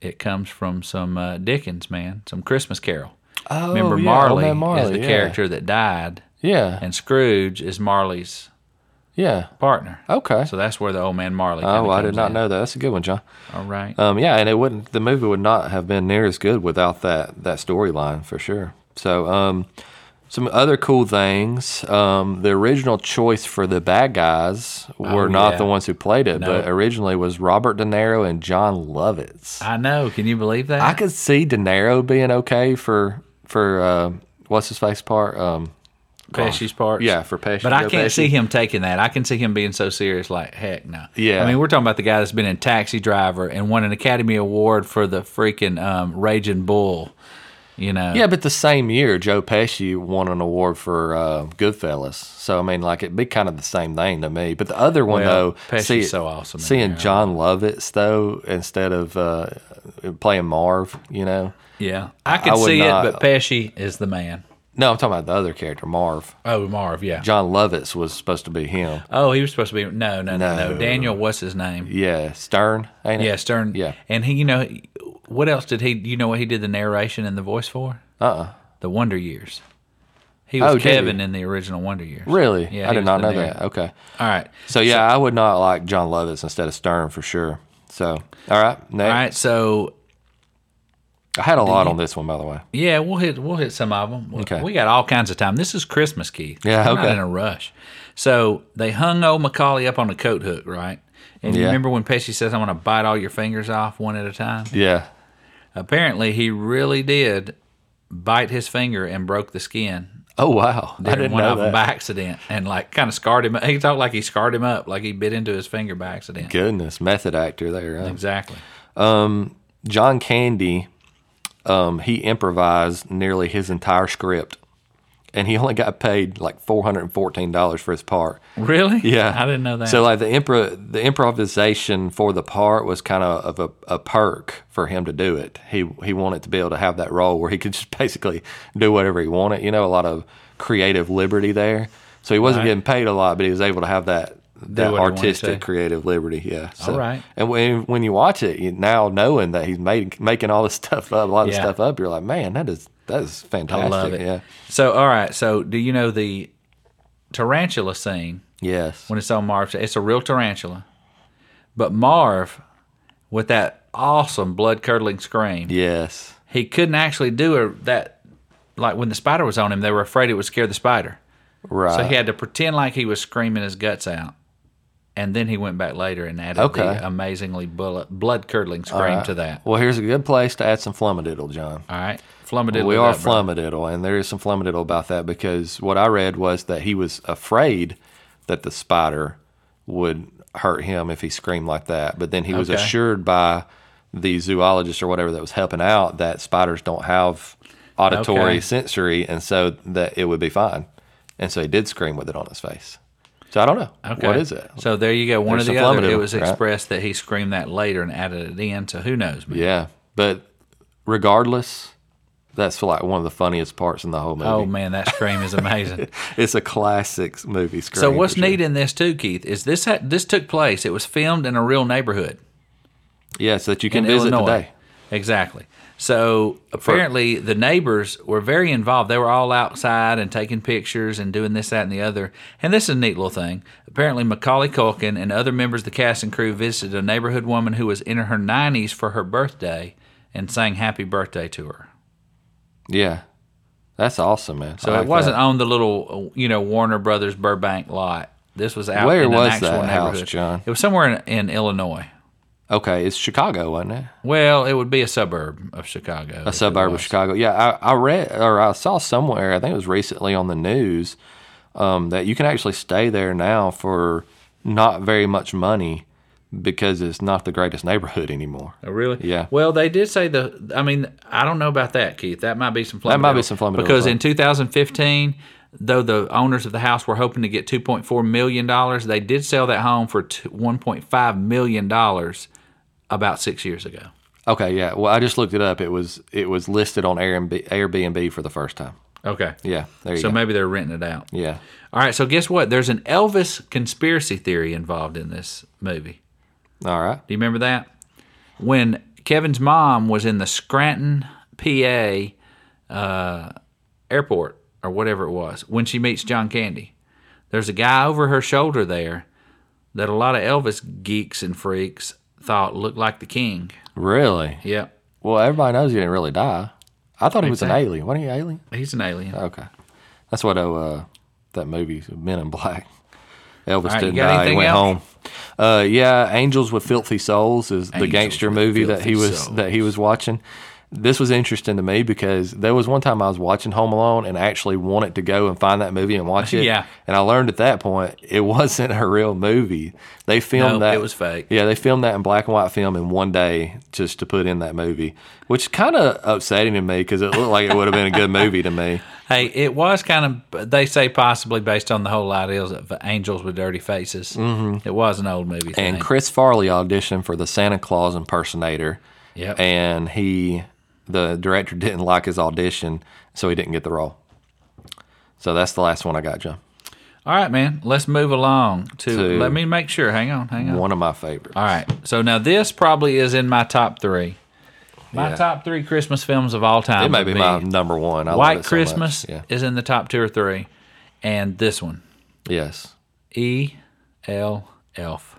Speaker 1: it comes from some uh, Dickens man, some Christmas Carol.
Speaker 2: Oh,
Speaker 1: Remember
Speaker 2: yeah, Old
Speaker 1: Marley,
Speaker 2: Man
Speaker 1: is the
Speaker 2: yeah.
Speaker 1: character that died,
Speaker 2: Yeah,
Speaker 1: and Scrooge is Marley's
Speaker 2: yeah.
Speaker 1: partner.
Speaker 2: Okay.
Speaker 1: So that's where the old man Marley.
Speaker 2: oh,
Speaker 1: kinda
Speaker 2: I did
Speaker 1: comes
Speaker 2: not
Speaker 1: in.
Speaker 2: know that. That's a good one, John.
Speaker 1: All right.
Speaker 2: Um, yeah, and it wouldn't. The movie would not have been near as good without that that storyline for sure. So, um, some other cool things. Um, the original choice for the bad guys were not
Speaker 1: Oh, yeah.
Speaker 2: the ones who played it,
Speaker 1: No.
Speaker 2: but originally was Robert De Niro and John Lovitz.
Speaker 1: I know. Can you believe that?
Speaker 2: I could see De Niro being okay for for uh, what's his face part, um,
Speaker 1: Pesci's part.
Speaker 2: Yeah, for Pesci.
Speaker 1: But I
Speaker 2: Joe
Speaker 1: can't
Speaker 2: Pesci.
Speaker 1: see him taking that. I can see him being so serious, like heck no.
Speaker 2: Yeah.
Speaker 1: I mean, we're talking about the guy that's been in Taxi Driver and won an Academy Award for the freaking um, Raging Bull. You know.
Speaker 2: Yeah, but the same year, Joe Pesci won an award for uh, Goodfellas. So I mean, like it'd be kind of the same thing to me. But the other one
Speaker 1: Well,
Speaker 2: though,
Speaker 1: Pesci's so awesome in
Speaker 2: Seeing
Speaker 1: there.
Speaker 2: John Lovitz though instead of uh, playing Marv, you know.
Speaker 1: Yeah. I could
Speaker 2: I would
Speaker 1: see
Speaker 2: not-
Speaker 1: it, but Pesci is the man.
Speaker 2: No, I'm talking about the other character, Marv.
Speaker 1: Oh, Marv. Yeah.
Speaker 2: John Lovitz was supposed to be him.
Speaker 1: Oh, he was supposed to be no, no, no, no.
Speaker 2: No.
Speaker 1: Daniel, what's his name?
Speaker 2: Yeah, Stern, ain't it?
Speaker 1: Yeah, Stern.
Speaker 2: Yeah.
Speaker 1: And he, you know, what else did he? You know what he did the narration and the voice for?
Speaker 2: Uh. uh
Speaker 1: The Wonder Years. He was
Speaker 2: Oh, did he?
Speaker 1: Kevin in the original Wonder Years.
Speaker 2: Really?
Speaker 1: Yeah,
Speaker 2: I
Speaker 1: he
Speaker 2: did
Speaker 1: was
Speaker 2: not
Speaker 1: the
Speaker 2: know
Speaker 1: narrator.
Speaker 2: that. Okay.
Speaker 1: All right.
Speaker 2: So yeah, I would not like John Lovitz instead of Stern for sure. So all right, next.
Speaker 1: All right. So
Speaker 2: I had a lot on this one, by the way.
Speaker 1: yeah, we'll hit we'll hit some of them.
Speaker 2: Okay.
Speaker 1: We got all kinds of time. This is Christmas, Keith.
Speaker 2: Yeah,
Speaker 1: We're not
Speaker 2: okay.
Speaker 1: in a rush. So they hung old Macaulay up on a coat hook, right? And you
Speaker 2: Yeah.
Speaker 1: remember when Pesci says, "I'm going to bite all your fingers off one at a time."
Speaker 2: Yeah,
Speaker 1: Apparently, he really did bite his finger and broke the skin.
Speaker 2: Oh wow! I didn't
Speaker 1: one
Speaker 2: know
Speaker 1: of them
Speaker 2: that.
Speaker 1: by accident, and like kind of scarred him. He talked like he scarred him up, like he bit into his finger by accident.
Speaker 2: Goodness, method actor there. huh?
Speaker 1: Exactly.
Speaker 2: John Candy, um, he improvised nearly his entire script, and he only got paid like four hundred and fourteen dollars for his part.
Speaker 1: Really?
Speaker 2: Yeah,
Speaker 1: I didn't know that.
Speaker 2: So like the impro- the improvisation for the part was kind of of a, a perk for him to do it. He he wanted to be able to have that role where he [LAUGHS] could just basically do whatever he wanted. You know, a lot of creative liberty there. So he wasn't getting paid a lot, but he was able to have that that
Speaker 1: what he wanted to.
Speaker 2: artistic creative liberty. Yeah. So,
Speaker 1: All right.
Speaker 2: And when when you watch it, you now knowing that he's made, making all this [LAUGHS] stuff up, a lot of
Speaker 1: Yeah.
Speaker 2: stuff up, you're like, man, that is that is
Speaker 1: I
Speaker 2: fantastic.
Speaker 1: love it.
Speaker 2: Yeah.
Speaker 1: So, all right. So, do you know the tarantula scene
Speaker 2: Yes.
Speaker 1: when it's on Marv's? It's a real tarantula, but Marv, with that awesome blood curdling scream,
Speaker 2: yes.
Speaker 1: he couldn't actually do a, that. Like when the spider was on him, they were afraid it would scare the spider.
Speaker 2: Right.
Speaker 1: So he had to pretend like he was screaming his guts out. And then he went back later and added
Speaker 2: Okay.
Speaker 1: the amazingly blood curdling scream to that.
Speaker 2: Well, here's a good place to add some flummadiddle, John.
Speaker 1: All right. Flumadiddle.
Speaker 2: we
Speaker 1: with
Speaker 2: are
Speaker 1: that, bro.
Speaker 2: flummadiddle, and there is some flummadiddle about that because what I read was that he was afraid that the spider would hurt him if he screamed like that. But then he was
Speaker 1: Okay.
Speaker 2: assured by the zoologist or whatever that was helping out that spiders don't have auditory
Speaker 1: Okay.
Speaker 2: sensory, and so that it would be fine. And so he did scream with it on his face. So I don't know
Speaker 1: Okay.
Speaker 2: what is it.
Speaker 1: So there you go. One
Speaker 2: There's
Speaker 1: or the
Speaker 2: some
Speaker 1: other.
Speaker 2: flummadiddle,
Speaker 1: It was
Speaker 2: right?
Speaker 1: expressed that he screamed that later and added it in. So who knows, man?
Speaker 2: Yeah, but regardless, that's like one of the funniest parts in the whole movie.
Speaker 1: Oh, man. That scream is amazing.
Speaker 2: [LAUGHS] it's a classic movie screen.
Speaker 1: so what's
Speaker 2: for sure.
Speaker 1: neat in this, too, Keith, is this ha- this took place. It was filmed in a real neighborhood
Speaker 2: Yeah, so that you
Speaker 1: in
Speaker 2: can visit
Speaker 1: Illinois.
Speaker 2: today.
Speaker 1: Exactly. So apparently the neighbors were very involved. They were all outside and taking pictures and doing this, that, and the other. And this is a neat little thing. Apparently Macaulay Culkin and other members of the cast and crew visited a neighborhood woman who was in her 90s for her birthday and sang happy birthday to her.
Speaker 2: Yeah, that's awesome, man.
Speaker 1: So it wasn't on the little, you know, Warner Brothers Burbank lot. This was out
Speaker 2: Where
Speaker 1: in
Speaker 2: was
Speaker 1: an actual
Speaker 2: that house,
Speaker 1: neighborhood.
Speaker 2: John?
Speaker 1: It was somewhere in, in Illinois.
Speaker 2: okay. It's Chicago, wasn't it?
Speaker 1: Well, it would be a suburb of Chicago.
Speaker 2: A suburb of Chicago. Yeah, I, I read or I saw somewhere. I think it was recently on the news um, that you can actually stay there now for not very much money because it's not the greatest neighborhood anymore.
Speaker 1: Oh, really?
Speaker 2: Yeah.
Speaker 1: Well, they did say the. I mean, I don't know about that, Keith. That might be some. That
Speaker 2: might be some flumadiddle,
Speaker 1: Because
Speaker 2: huh?
Speaker 1: in 2015, though the owners of the house were hoping to get 2.4 million dollars, they did sell that home for t- 1.5 million dollars about six years ago.
Speaker 2: Okay, yeah. Well, I just looked it up. It was it was listed on Airbnb, Airbnb for the first time.
Speaker 1: Okay.
Speaker 2: Yeah, there you
Speaker 1: So
Speaker 2: go.
Speaker 1: maybe they're renting it out.
Speaker 2: yeah.
Speaker 1: All right. So guess what? There's an Elvis conspiracy theory involved in this movie.
Speaker 2: All right.
Speaker 1: Do you remember that? When Kevin's mom was in the Scranton, PA uh, airport or whatever it was, when she meets John Candy, there's a guy over her shoulder there that a lot of Elvis geeks and freaks thought looked like the king.
Speaker 2: Really?
Speaker 1: Yep.
Speaker 2: Well, everybody knows he didn't really die. I thought he was an alien. Wasn't he an alien?
Speaker 1: He's an alien. All
Speaker 2: Okay, that's what oh, uh, that movie Men in Black. Elvis
Speaker 1: right, you
Speaker 2: didn't
Speaker 1: got
Speaker 2: die. He
Speaker 1: anything
Speaker 2: went
Speaker 1: else?
Speaker 2: home. Uh, yeah, Angels with Filthy Souls is the
Speaker 1: Angels
Speaker 2: gangster
Speaker 1: with
Speaker 2: movie that
Speaker 1: Filthy
Speaker 2: he was
Speaker 1: Souls.
Speaker 2: that he was watching, this was interesting to me because there was one time I was watching Home Alone and I actually wanted to go and find that movie
Speaker 1: [LAUGHS]
Speaker 2: and watch it.
Speaker 1: Yeah.
Speaker 2: And I learned at that point it wasn't a real movie. They filmed
Speaker 1: No,
Speaker 2: that.
Speaker 1: it was fake.
Speaker 2: Yeah, they filmed that in black and white film in one day just to put in that movie, which kind of upsetting to me because it looked like it would have been a good movie to me.
Speaker 1: Hey, it was kind of they say possibly based on the whole idea of angels with dirty faces. Mm-hmm. It was an old movie thing.
Speaker 2: And Chris Farley auditioned for the Santa Claus impersonator.
Speaker 1: Yep.
Speaker 2: And he, the director [LAUGHS] didn't like his audition, so he didn't get the role. So that's the last one I got, John.
Speaker 1: All right, man. Let's move along to,
Speaker 2: To-
Speaker 1: Let me make sure. Hang on. Hang on.
Speaker 2: One of my favorites.
Speaker 1: All right. So now this probably is in my top three. My
Speaker 2: Yeah.
Speaker 1: top three Christmas films of all time.
Speaker 2: It may
Speaker 1: would
Speaker 2: be my number one. I love
Speaker 1: White
Speaker 2: it so
Speaker 1: Christmas
Speaker 2: much. Yeah.
Speaker 1: is in the top two or three, and this one
Speaker 2: Yes.
Speaker 1: E L Elf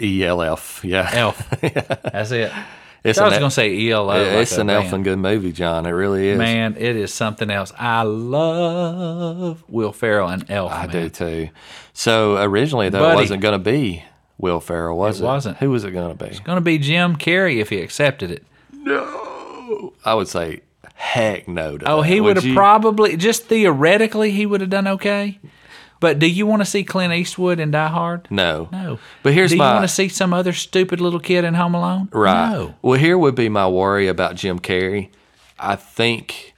Speaker 2: ELF. E Yeah.
Speaker 1: Elf. That's it.
Speaker 2: [LAUGHS] It's
Speaker 1: I
Speaker 2: an
Speaker 1: was
Speaker 2: el-
Speaker 1: gonna say E L O.
Speaker 2: it's an
Speaker 1: man.
Speaker 2: elf and good movie, John. It really is.
Speaker 1: Man, it is something else. I love Will Ferrell and Elf.
Speaker 2: I
Speaker 1: man.
Speaker 2: do too. So originally, though, it
Speaker 1: Buddy.
Speaker 2: wasn't going to be Will Ferrell, was it?
Speaker 1: wasn't.
Speaker 2: Who was it going to be?
Speaker 1: Gonna be Jim Carrey if he accepted it.
Speaker 2: I would say, heck no. To
Speaker 1: Oh,
Speaker 2: that.
Speaker 1: he would have
Speaker 2: Uh, you-
Speaker 1: probably just theoretically he would have done okay. But do you want to see Clint Eastwood in Die Hard?
Speaker 2: No.
Speaker 1: No.
Speaker 2: But here's
Speaker 1: do
Speaker 2: my.
Speaker 1: you want to see some other stupid little kid in Home Alone?
Speaker 2: Right.
Speaker 1: No.
Speaker 2: Well, here would be my worry about Jim Carrey. I think,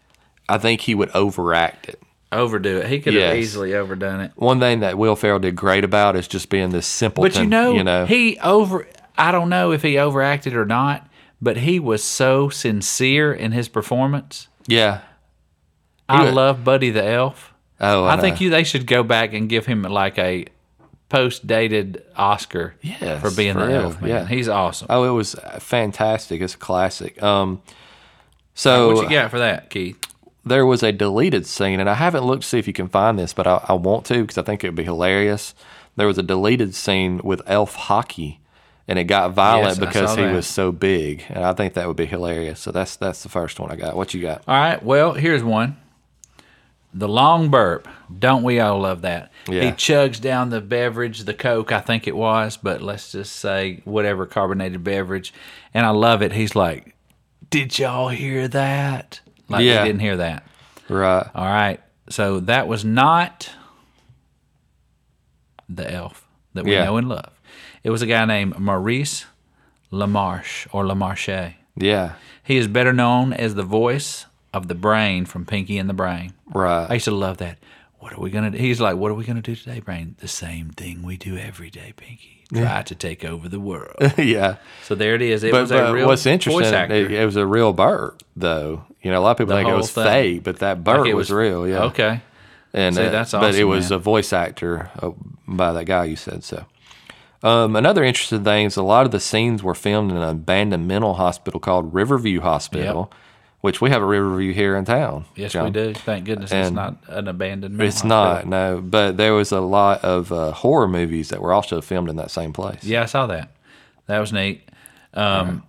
Speaker 2: I think he would overact it.
Speaker 1: Overdo it. He could
Speaker 2: Yes.
Speaker 1: have easily overdone it.
Speaker 2: One thing that Will Ferrell did great about is just being this simple.
Speaker 1: But you know,
Speaker 2: you know,
Speaker 1: he over I don't know if he overacted or not, but he was so sincere in his performance.
Speaker 2: yeah.
Speaker 1: I
Speaker 2: was-
Speaker 1: love Buddy the Elf.
Speaker 2: Oh, I,
Speaker 1: I think
Speaker 2: know.
Speaker 1: you they should go back and give him like a post dated Oscar
Speaker 2: Yes,
Speaker 1: for being
Speaker 2: for
Speaker 1: the
Speaker 2: real,
Speaker 1: elf. Man.
Speaker 2: yeah.
Speaker 1: He's awesome.
Speaker 2: Oh, it was fantastic. It's a classic. Um, so
Speaker 1: What you got for that, Keith?
Speaker 2: there was a deleted scene, and I haven't looked to see if you can find this, but I, I want to because I think it would be hilarious. There was a deleted scene with elf hockey, and it got violent
Speaker 1: Yes, I
Speaker 2: because
Speaker 1: saw
Speaker 2: he
Speaker 1: that.
Speaker 2: was so big, and I think that would be hilarious. So that's that's the first one I got. What you got?
Speaker 1: All right. Well, here's one. The long burp. Don't we all love that? He
Speaker 2: Yeah.
Speaker 1: chugs down the beverage, the Coke, I think it was, but let's just say whatever carbonated beverage. And I love it. He's like, Did y'all hear that? Like,
Speaker 2: Yeah.
Speaker 1: he didn't hear that.
Speaker 2: Right.
Speaker 1: All right. So that was not the elf that we
Speaker 2: Yeah.
Speaker 1: know and love. It was a guy named Maurice LaMarche or LaMarche.
Speaker 2: Yeah.
Speaker 1: He is better known as the voice of the brain from Pinky and the Brain.
Speaker 2: Right.
Speaker 1: I used to love that. What are we gonna do? He's like, What are we gonna do today, Brain? The same thing we do every day, Pinky. Try to take over the world.
Speaker 2: [LAUGHS] yeah.
Speaker 1: so there it is. It
Speaker 2: But,
Speaker 1: was a
Speaker 2: but
Speaker 1: real
Speaker 2: what's
Speaker 1: voice
Speaker 2: interesting,
Speaker 1: actor.
Speaker 2: it, it was a real burp, though. You know, a lot of people think it
Speaker 1: whole
Speaker 2: was
Speaker 1: thing.
Speaker 2: fake, but that burp
Speaker 1: It
Speaker 2: was, real. Yeah.
Speaker 1: Okay.
Speaker 2: And
Speaker 1: See,
Speaker 2: uh,
Speaker 1: that's
Speaker 2: But it
Speaker 1: awesome,
Speaker 2: was
Speaker 1: man.
Speaker 2: a voice actor uh, by that guy you said so. Um, another interesting thing is a lot of the scenes were filmed in an abandoned mental hospital called Riverview Hospital, which we have a Riverview here in town.
Speaker 1: Yes,
Speaker 2: John.
Speaker 1: we do. Thank goodness it's
Speaker 2: And-
Speaker 1: not an abandoned.
Speaker 2: It's not no, but there was a lot of uh, horror movies that were also filmed in that same place.
Speaker 1: Yeah, I saw that. That was neat. Um,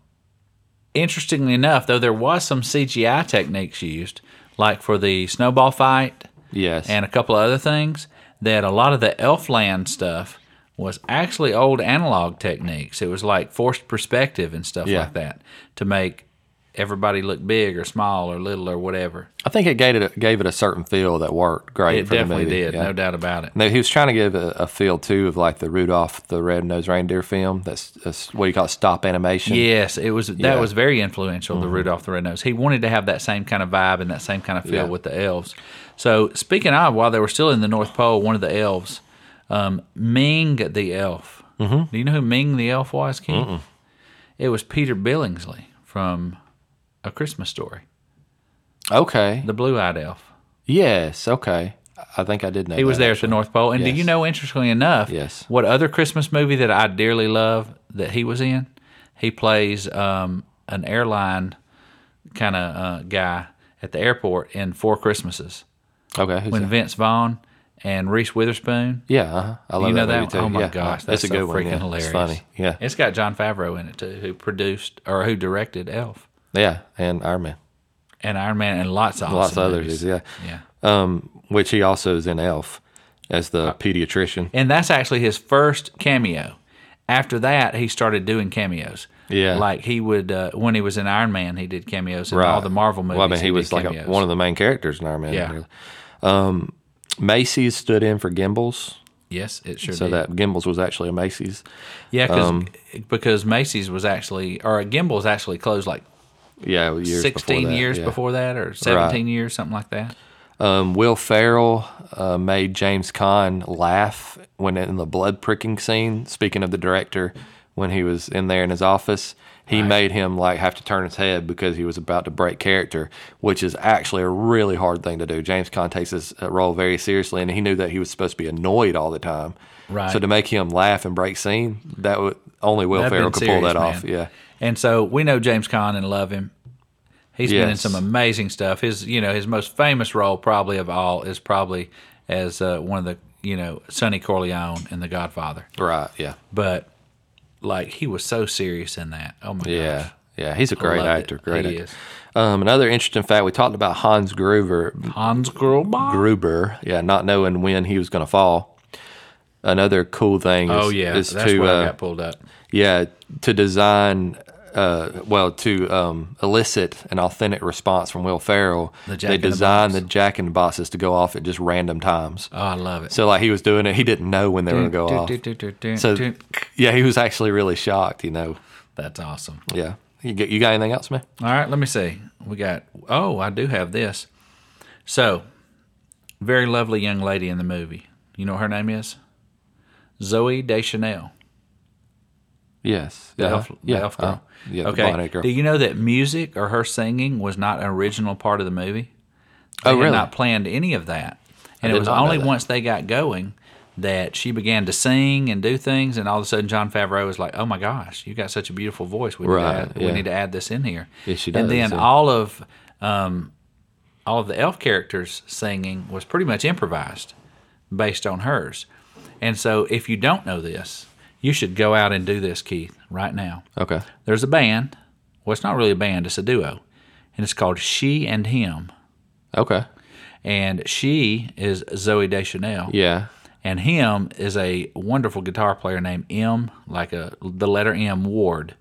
Speaker 1: Interestingly enough, though, there was some CGI techniques used, like for the snowball fight
Speaker 2: Yes.
Speaker 1: and a couple of other things. That a lot of the Elfland stuff was actually old analog techniques. It was like forced perspective and stuff
Speaker 2: Yeah.
Speaker 1: like that to make everybody look big or small or little or whatever.
Speaker 2: I think it gave it a, gave it a certain feel that worked great.
Speaker 1: It
Speaker 2: for
Speaker 1: definitely
Speaker 2: the movie.
Speaker 1: did,
Speaker 2: yeah.
Speaker 1: no doubt about it.
Speaker 2: No, he was trying to give a, a feel too of like the Rudolph the Red-Nosed Reindeer film. That's, that's what do you call it, stop animation.
Speaker 1: Yes, it was. That
Speaker 2: Yeah. Mm-hmm.
Speaker 1: was very influential. The Rudolph the Red Nose. He wanted to have that same kind of vibe and that same kind of feel
Speaker 2: Yeah.
Speaker 1: with the elves. So speaking of, while they were still in the North Pole, one of the elves, um, Ming the elf. Mm-hmm. Do you know who Ming the elf was, King? It was Peter Billingsley from A Christmas Story,
Speaker 2: Okay.
Speaker 1: the blue-eyed elf.
Speaker 2: Yes. Okay. I think I did know.
Speaker 1: He was
Speaker 2: that.
Speaker 1: there at the North Pole. And do
Speaker 2: Yes.
Speaker 1: you know, interestingly enough,
Speaker 2: Yes.
Speaker 1: what other Christmas movie that I dearly love that he was in? He plays um, an airline kind of uh, guy at the airport in Four Christmases
Speaker 2: Okay. Who's
Speaker 1: when
Speaker 2: that?
Speaker 1: Vince Vaughn and Reese Witherspoon.
Speaker 2: Yeah. Uh-huh. I love
Speaker 1: You know
Speaker 2: that,
Speaker 1: that?
Speaker 2: movie too.
Speaker 1: one? Oh my
Speaker 2: yeah.
Speaker 1: gosh,
Speaker 2: that's
Speaker 1: that's
Speaker 2: a good
Speaker 1: so
Speaker 2: one.
Speaker 1: freaking
Speaker 2: yeah.
Speaker 1: hilarious.
Speaker 2: It's funny. Yeah.
Speaker 1: it's got John Favreau in it too, who produced or who directed Elf
Speaker 2: yeah. And Iron Man.
Speaker 1: and Iron Man and lots of
Speaker 2: Lots
Speaker 1: awesome
Speaker 2: of others.
Speaker 1: movies.
Speaker 2: Yeah.
Speaker 1: yeah.
Speaker 2: Um, which he
Speaker 1: Uh,
Speaker 2: also is in Elf as the pediatrician.
Speaker 1: and that's actually his first cameo. after that, he started doing cameos.
Speaker 2: Yeah.
Speaker 1: like he would uh, when he was in Iron Man, he did cameos in
Speaker 2: Right.
Speaker 1: all the Marvel movies.
Speaker 2: Well, I mean, he
Speaker 1: did
Speaker 2: was like a,
Speaker 1: cameos.
Speaker 2: one of the main characters in Iron Man.
Speaker 1: Yeah.
Speaker 2: really. Um, Macy's stood in for Gimbals,
Speaker 1: yes, it sure
Speaker 2: so
Speaker 1: did.
Speaker 2: that um, Gimbals was actually a Macy's.
Speaker 1: yeah, cause, because Macy's was actually or Gimbals actually closed like
Speaker 2: Yeah, years
Speaker 1: sixteen
Speaker 2: before that,
Speaker 1: years
Speaker 2: yeah.
Speaker 1: before that or seventeen years, something like that.
Speaker 2: Um, Will Farrell uh, made James Caan laugh when in the blood pricking scene. Speaking of the director, when he was in there in his office, he made him like have to turn his head because he was about to break character, which is actually a really hard thing to do. James Caan takes his uh, role very seriously, and he knew that he was supposed to be annoyed all the time.
Speaker 1: Right.
Speaker 2: So to make him laugh and break scene, that would only Will
Speaker 1: That'd
Speaker 2: Farrell
Speaker 1: been
Speaker 2: could
Speaker 1: serious,
Speaker 2: pull that
Speaker 1: man.
Speaker 2: off. Yeah.
Speaker 1: And so we know James Caan and love him. He's been in
Speaker 2: Yes.
Speaker 1: some amazing stuff. His you know his most famous role probably of all is probably as uh, one of the you know Sonny Corleone in The Godfather.
Speaker 2: Right. Yeah.
Speaker 1: But like he was so serious in that. Oh my
Speaker 2: Yeah.
Speaker 1: gosh.
Speaker 2: Yeah, he's a great
Speaker 1: loved it.
Speaker 2: actor. Great
Speaker 1: He
Speaker 2: actor.
Speaker 1: is.
Speaker 2: Um, another interesting fact: we talked about Hans Gruber.
Speaker 1: Hans Gruber.
Speaker 2: Gruber, yeah, not knowing when he was going to fall. Another cool thing is,
Speaker 1: Oh yeah,
Speaker 2: is
Speaker 1: that's
Speaker 2: to
Speaker 1: where
Speaker 2: uh,
Speaker 1: I got pulled up.
Speaker 2: yeah to design uh, well to um, elicit an authentic response from Will Ferrell.
Speaker 1: The Jack
Speaker 2: they
Speaker 1: in the
Speaker 2: designed
Speaker 1: Box.
Speaker 2: the Jack and the Boxes to go off at just random times.
Speaker 1: Oh, I love it.
Speaker 2: So like he was doing it, he didn't know when they were going to go off. So yeah, he was actually really shocked. You know,
Speaker 1: that's awesome.
Speaker 2: yeah. You got, you got anything else, man?
Speaker 1: All right, let me see. We got. Oh, I do have this. So, very lovely young lady in the movie. You know what her name is? Zoe Deschanel.
Speaker 2: Yes.
Speaker 1: The
Speaker 2: Yeah.
Speaker 1: elf, the
Speaker 2: yeah.
Speaker 1: elf
Speaker 2: uh,
Speaker 1: girl.
Speaker 2: yeah. the
Speaker 1: okay.
Speaker 2: blonde-haired girl.
Speaker 1: Do you know that music or her singing was not an original part of the movie? They
Speaker 2: Oh,
Speaker 1: had
Speaker 2: really?
Speaker 1: not planned any of that. And it
Speaker 2: did
Speaker 1: was
Speaker 2: not know
Speaker 1: only
Speaker 2: that.
Speaker 1: once they got going that she began to sing and do things, and all of a sudden John Favreau was like, "Oh my gosh, you got such a beautiful voice. We need,
Speaker 2: Right,
Speaker 1: to, add, we
Speaker 2: yeah.
Speaker 1: need to add this in here."
Speaker 2: Yeah, she
Speaker 1: And
Speaker 2: does,
Speaker 1: then
Speaker 2: yeah.
Speaker 1: all of um, all of the elf characters singing was pretty much improvised, based on hers. And so, if you don't know this, you should go out and do this, Keith, right now.
Speaker 2: Okay.
Speaker 1: There's a band. Well, it's not really a band; it's a duo, and it's called She and Him
Speaker 2: Okay.
Speaker 1: and she is Zoe Deschanel,
Speaker 2: Yeah.
Speaker 1: and him is a wonderful guitar player named M, like a the letter M Ward.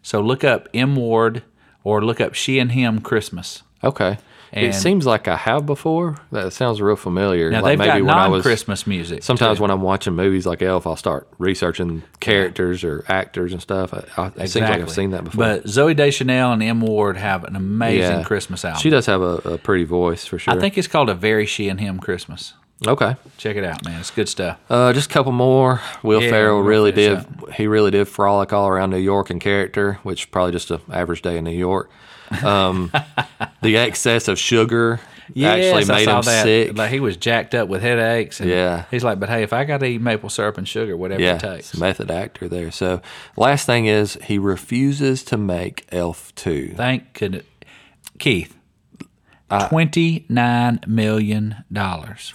Speaker 1: So look up M Ward or look up she and him Christmas.
Speaker 2: Okay.
Speaker 1: And-
Speaker 2: it seems like I have before. That sounds real familiar.
Speaker 1: Now
Speaker 2: like
Speaker 1: they've got
Speaker 2: maybe when I was
Speaker 1: non-Christmas music.
Speaker 2: sometimes
Speaker 1: too.
Speaker 2: when I'm watching movies like Elf, I'll start researching characters or actors and stuff. I, I, It seems like I've
Speaker 1: Exactly.
Speaker 2: seen that before.
Speaker 1: But Zoe Deschanel and M Ward have an amazing Christmas album.
Speaker 2: She does have a, a pretty voice for sure.
Speaker 1: I think it's called a very she and him Christmas.
Speaker 2: Okay.
Speaker 1: Check it out, man. It's good stuff.
Speaker 2: Uh, just a couple more. Will
Speaker 1: Yeah,
Speaker 2: Ferrell
Speaker 1: we'll
Speaker 2: really did.
Speaker 1: finish
Speaker 2: He really did frolic all around New York in character, which probably just an average day in New York.
Speaker 1: [LAUGHS]
Speaker 2: Um, the excess of sugar actually
Speaker 1: Yes, I
Speaker 2: made
Speaker 1: saw
Speaker 2: him
Speaker 1: that.
Speaker 2: sick.
Speaker 1: Like he was jacked up with headaches. And
Speaker 2: Yeah.
Speaker 1: He's like, but hey, if I got to eat maple syrup and sugar, whatever
Speaker 2: yeah,
Speaker 1: it takes.
Speaker 2: it's a method actor there. So, last thing is he refuses to make Elf two.
Speaker 1: Thank goodness. Keith, $29 million.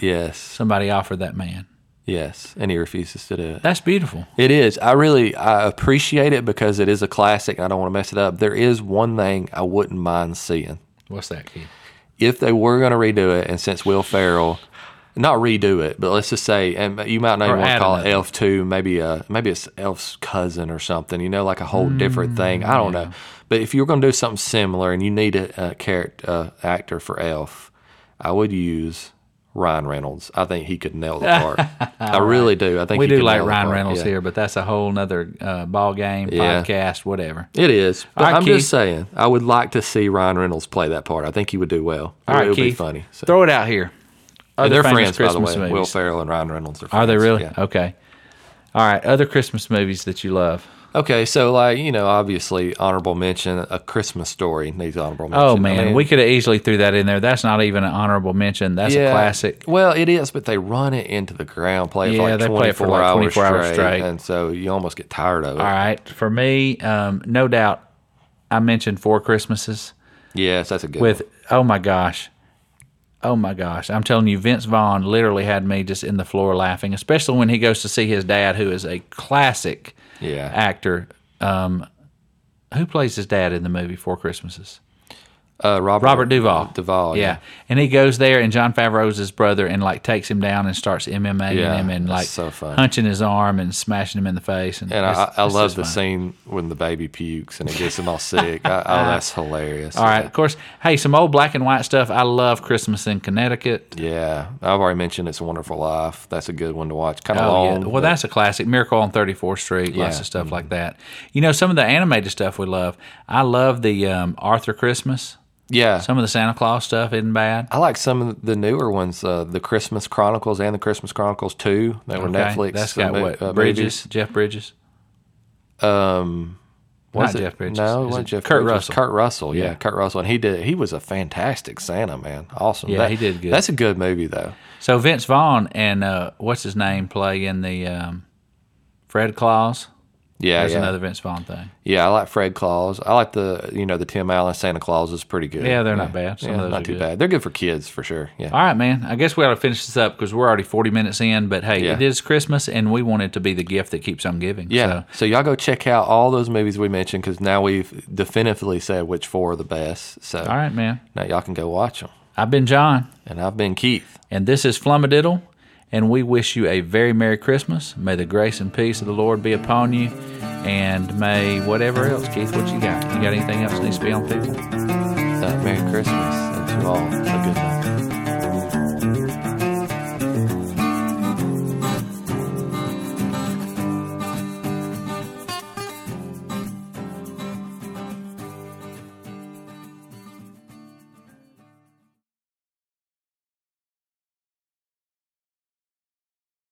Speaker 2: Yes,
Speaker 1: Somebody offered that man.
Speaker 2: yes, and he refuses to do it.
Speaker 1: That's beautiful.
Speaker 2: It is. I really I appreciate it because it is a classic. and I don't want to mess it up. There is one thing I wouldn't mind seeing.
Speaker 1: What's that, Keith?
Speaker 2: if they were going to redo it, and since Will Ferrell, not redo it, but let's just say, and you might not
Speaker 1: Or
Speaker 2: even want
Speaker 1: add
Speaker 2: to call it
Speaker 1: another.
Speaker 2: Elf two, maybe uh maybe it's Elf's cousin or something, you know, like a whole
Speaker 1: Mm,
Speaker 2: different thing. I don't know, but if you were going to do something similar and you need a, a character uh, actor for Elf, I would use. Ryan Reynolds, I think he could nail the part.
Speaker 1: [LAUGHS]
Speaker 2: I really do. I think
Speaker 1: We
Speaker 2: he
Speaker 1: do
Speaker 2: could
Speaker 1: like
Speaker 2: nail the
Speaker 1: Ryan
Speaker 2: part,
Speaker 1: Reynolds
Speaker 2: yeah.
Speaker 1: here, but that's a whole nother uh, ball game,
Speaker 2: Yeah.
Speaker 1: podcast, whatever.
Speaker 2: It is. But
Speaker 1: right,
Speaker 2: I'm
Speaker 1: Keith.
Speaker 2: just saying, I would like to see Ryan Reynolds play that part. I think he would do well.
Speaker 1: All right,
Speaker 2: it would
Speaker 1: Keith.
Speaker 2: be funny. So.
Speaker 1: Throw it out here. Other
Speaker 2: they're
Speaker 1: famous
Speaker 2: friends, by
Speaker 1: Christmas
Speaker 2: the way.
Speaker 1: movies.
Speaker 2: Will Ferrell and Ryan Reynolds are friends.
Speaker 1: Are they really?
Speaker 2: Yeah.
Speaker 1: Okay. All right. Other Christmas movies that you love.
Speaker 2: Okay, so like you know, obviously honorable mention, A Christmas Story needs honorable mention.
Speaker 1: Oh,
Speaker 2: I
Speaker 1: man.
Speaker 2: mean,
Speaker 1: we could have easily threw that in there. That's not even an honorable mention. That's a
Speaker 2: yeah.
Speaker 1: classic.
Speaker 2: Well, it is, but they run it into the ground, play it
Speaker 1: Yeah,
Speaker 2: for like
Speaker 1: they play it for,
Speaker 2: 24
Speaker 1: like,
Speaker 2: hours
Speaker 1: 24 hours straight.
Speaker 2: and so you almost get tired of it.
Speaker 1: All right. For me, um, no doubt, I mentioned Four Christmases.
Speaker 2: Yes, that's a good.
Speaker 1: with oh my gosh oh my gosh i'm telling you vince vaughn literally had me just in the floor laughing especially when he goes to see his dad who is a classic
Speaker 2: one. yeah,
Speaker 1: actor um, who plays his dad in the movie four christmases
Speaker 2: uh, Robert
Speaker 1: Robert Duvall.
Speaker 2: Duvall,
Speaker 1: yeah.
Speaker 2: Oh, yeah.
Speaker 1: And he goes there, and John Favreau's his brother, and like takes him down and starts MMAing
Speaker 2: Yeah,
Speaker 1: him and
Speaker 2: that's
Speaker 1: like
Speaker 2: so fun.
Speaker 1: hunching his arm and smashing him in the face. And,
Speaker 2: And
Speaker 1: it's-
Speaker 2: I, I
Speaker 1: it's
Speaker 2: love
Speaker 1: just
Speaker 2: the
Speaker 1: fun.
Speaker 2: scene when the baby pukes and it gets them all sick. I, oh,
Speaker 1: [LAUGHS]
Speaker 2: that's hilarious.
Speaker 1: All right, of course. Hey, some old black and white stuff. I love Christmas in Connecticut.
Speaker 2: Yeah, I've already mentioned It's a Wonderful Life. That's a good one to watch. Kind of
Speaker 1: Oh, yeah.
Speaker 2: long.
Speaker 1: Well,
Speaker 2: but-
Speaker 1: that's a classic. Miracle on 34th Street, lots
Speaker 2: Yeah. Mm-hmm.
Speaker 1: of stuff like that. You know, some of the animated stuff we love. I love the um, Arthur Christmas.
Speaker 2: yeah.
Speaker 1: Some of the Santa Claus stuff isn't bad.
Speaker 2: I like some of the newer ones, uh, the Christmas Chronicles and the Christmas Chronicles Two that were
Speaker 1: Okay,
Speaker 2: Netflix.
Speaker 1: That's
Speaker 2: uh,
Speaker 1: got
Speaker 2: mo-
Speaker 1: what?
Speaker 2: uh,
Speaker 1: Bridges,
Speaker 2: movies.
Speaker 1: Jeff Bridges.
Speaker 2: Um, was
Speaker 1: Not
Speaker 2: it-
Speaker 1: Jeff Bridges.
Speaker 2: No, it
Speaker 1: Is
Speaker 2: wasn't
Speaker 1: it
Speaker 2: Jeff.
Speaker 1: Kurt
Speaker 2: Bridges.
Speaker 1: Russell?
Speaker 2: Kurt Russell. Yeah,
Speaker 1: Yeah.
Speaker 2: Kurt Russell, and he did. He was a fantastic Santa man. Awesome.
Speaker 1: Yeah,
Speaker 2: That-
Speaker 1: he did good.
Speaker 2: That's a good movie though.
Speaker 1: So Vince Vaughn and uh, what's his name play in the um, Fred Claus.
Speaker 2: Yeah,
Speaker 1: That's
Speaker 2: yeah,
Speaker 1: another Vince Vaughn thing.
Speaker 2: yeah. I like Fred Claus. I like the you know the Tim Allen Santa Claus is pretty good.
Speaker 1: Yeah, they're not bad. Some
Speaker 2: Yeah,
Speaker 1: of those
Speaker 2: not
Speaker 1: are
Speaker 2: too
Speaker 1: good.
Speaker 2: bad. They're good for kids for sure. Yeah.
Speaker 1: All right, man. I guess we ought to finish this up because we're already 40 minutes in. But hey,
Speaker 2: Yeah.
Speaker 1: it is Christmas, and we want it to be the gift that keeps on giving.
Speaker 2: Yeah.
Speaker 1: So,
Speaker 2: So, y'all go check out all those movies we mentioned because now we've definitively said which four are the best. So
Speaker 1: all right, man.
Speaker 2: now y'all can go watch them.
Speaker 1: I've been John,
Speaker 2: And I've been Keith.
Speaker 1: and this is Flummadiddle, and we wish you a very Merry Christmas. May the grace and peace of the Lord be upon you, and may whatever else. Keith, what you got? You got anything else that needs to be on people?
Speaker 2: Uh, Merry Christmas and to all a good night.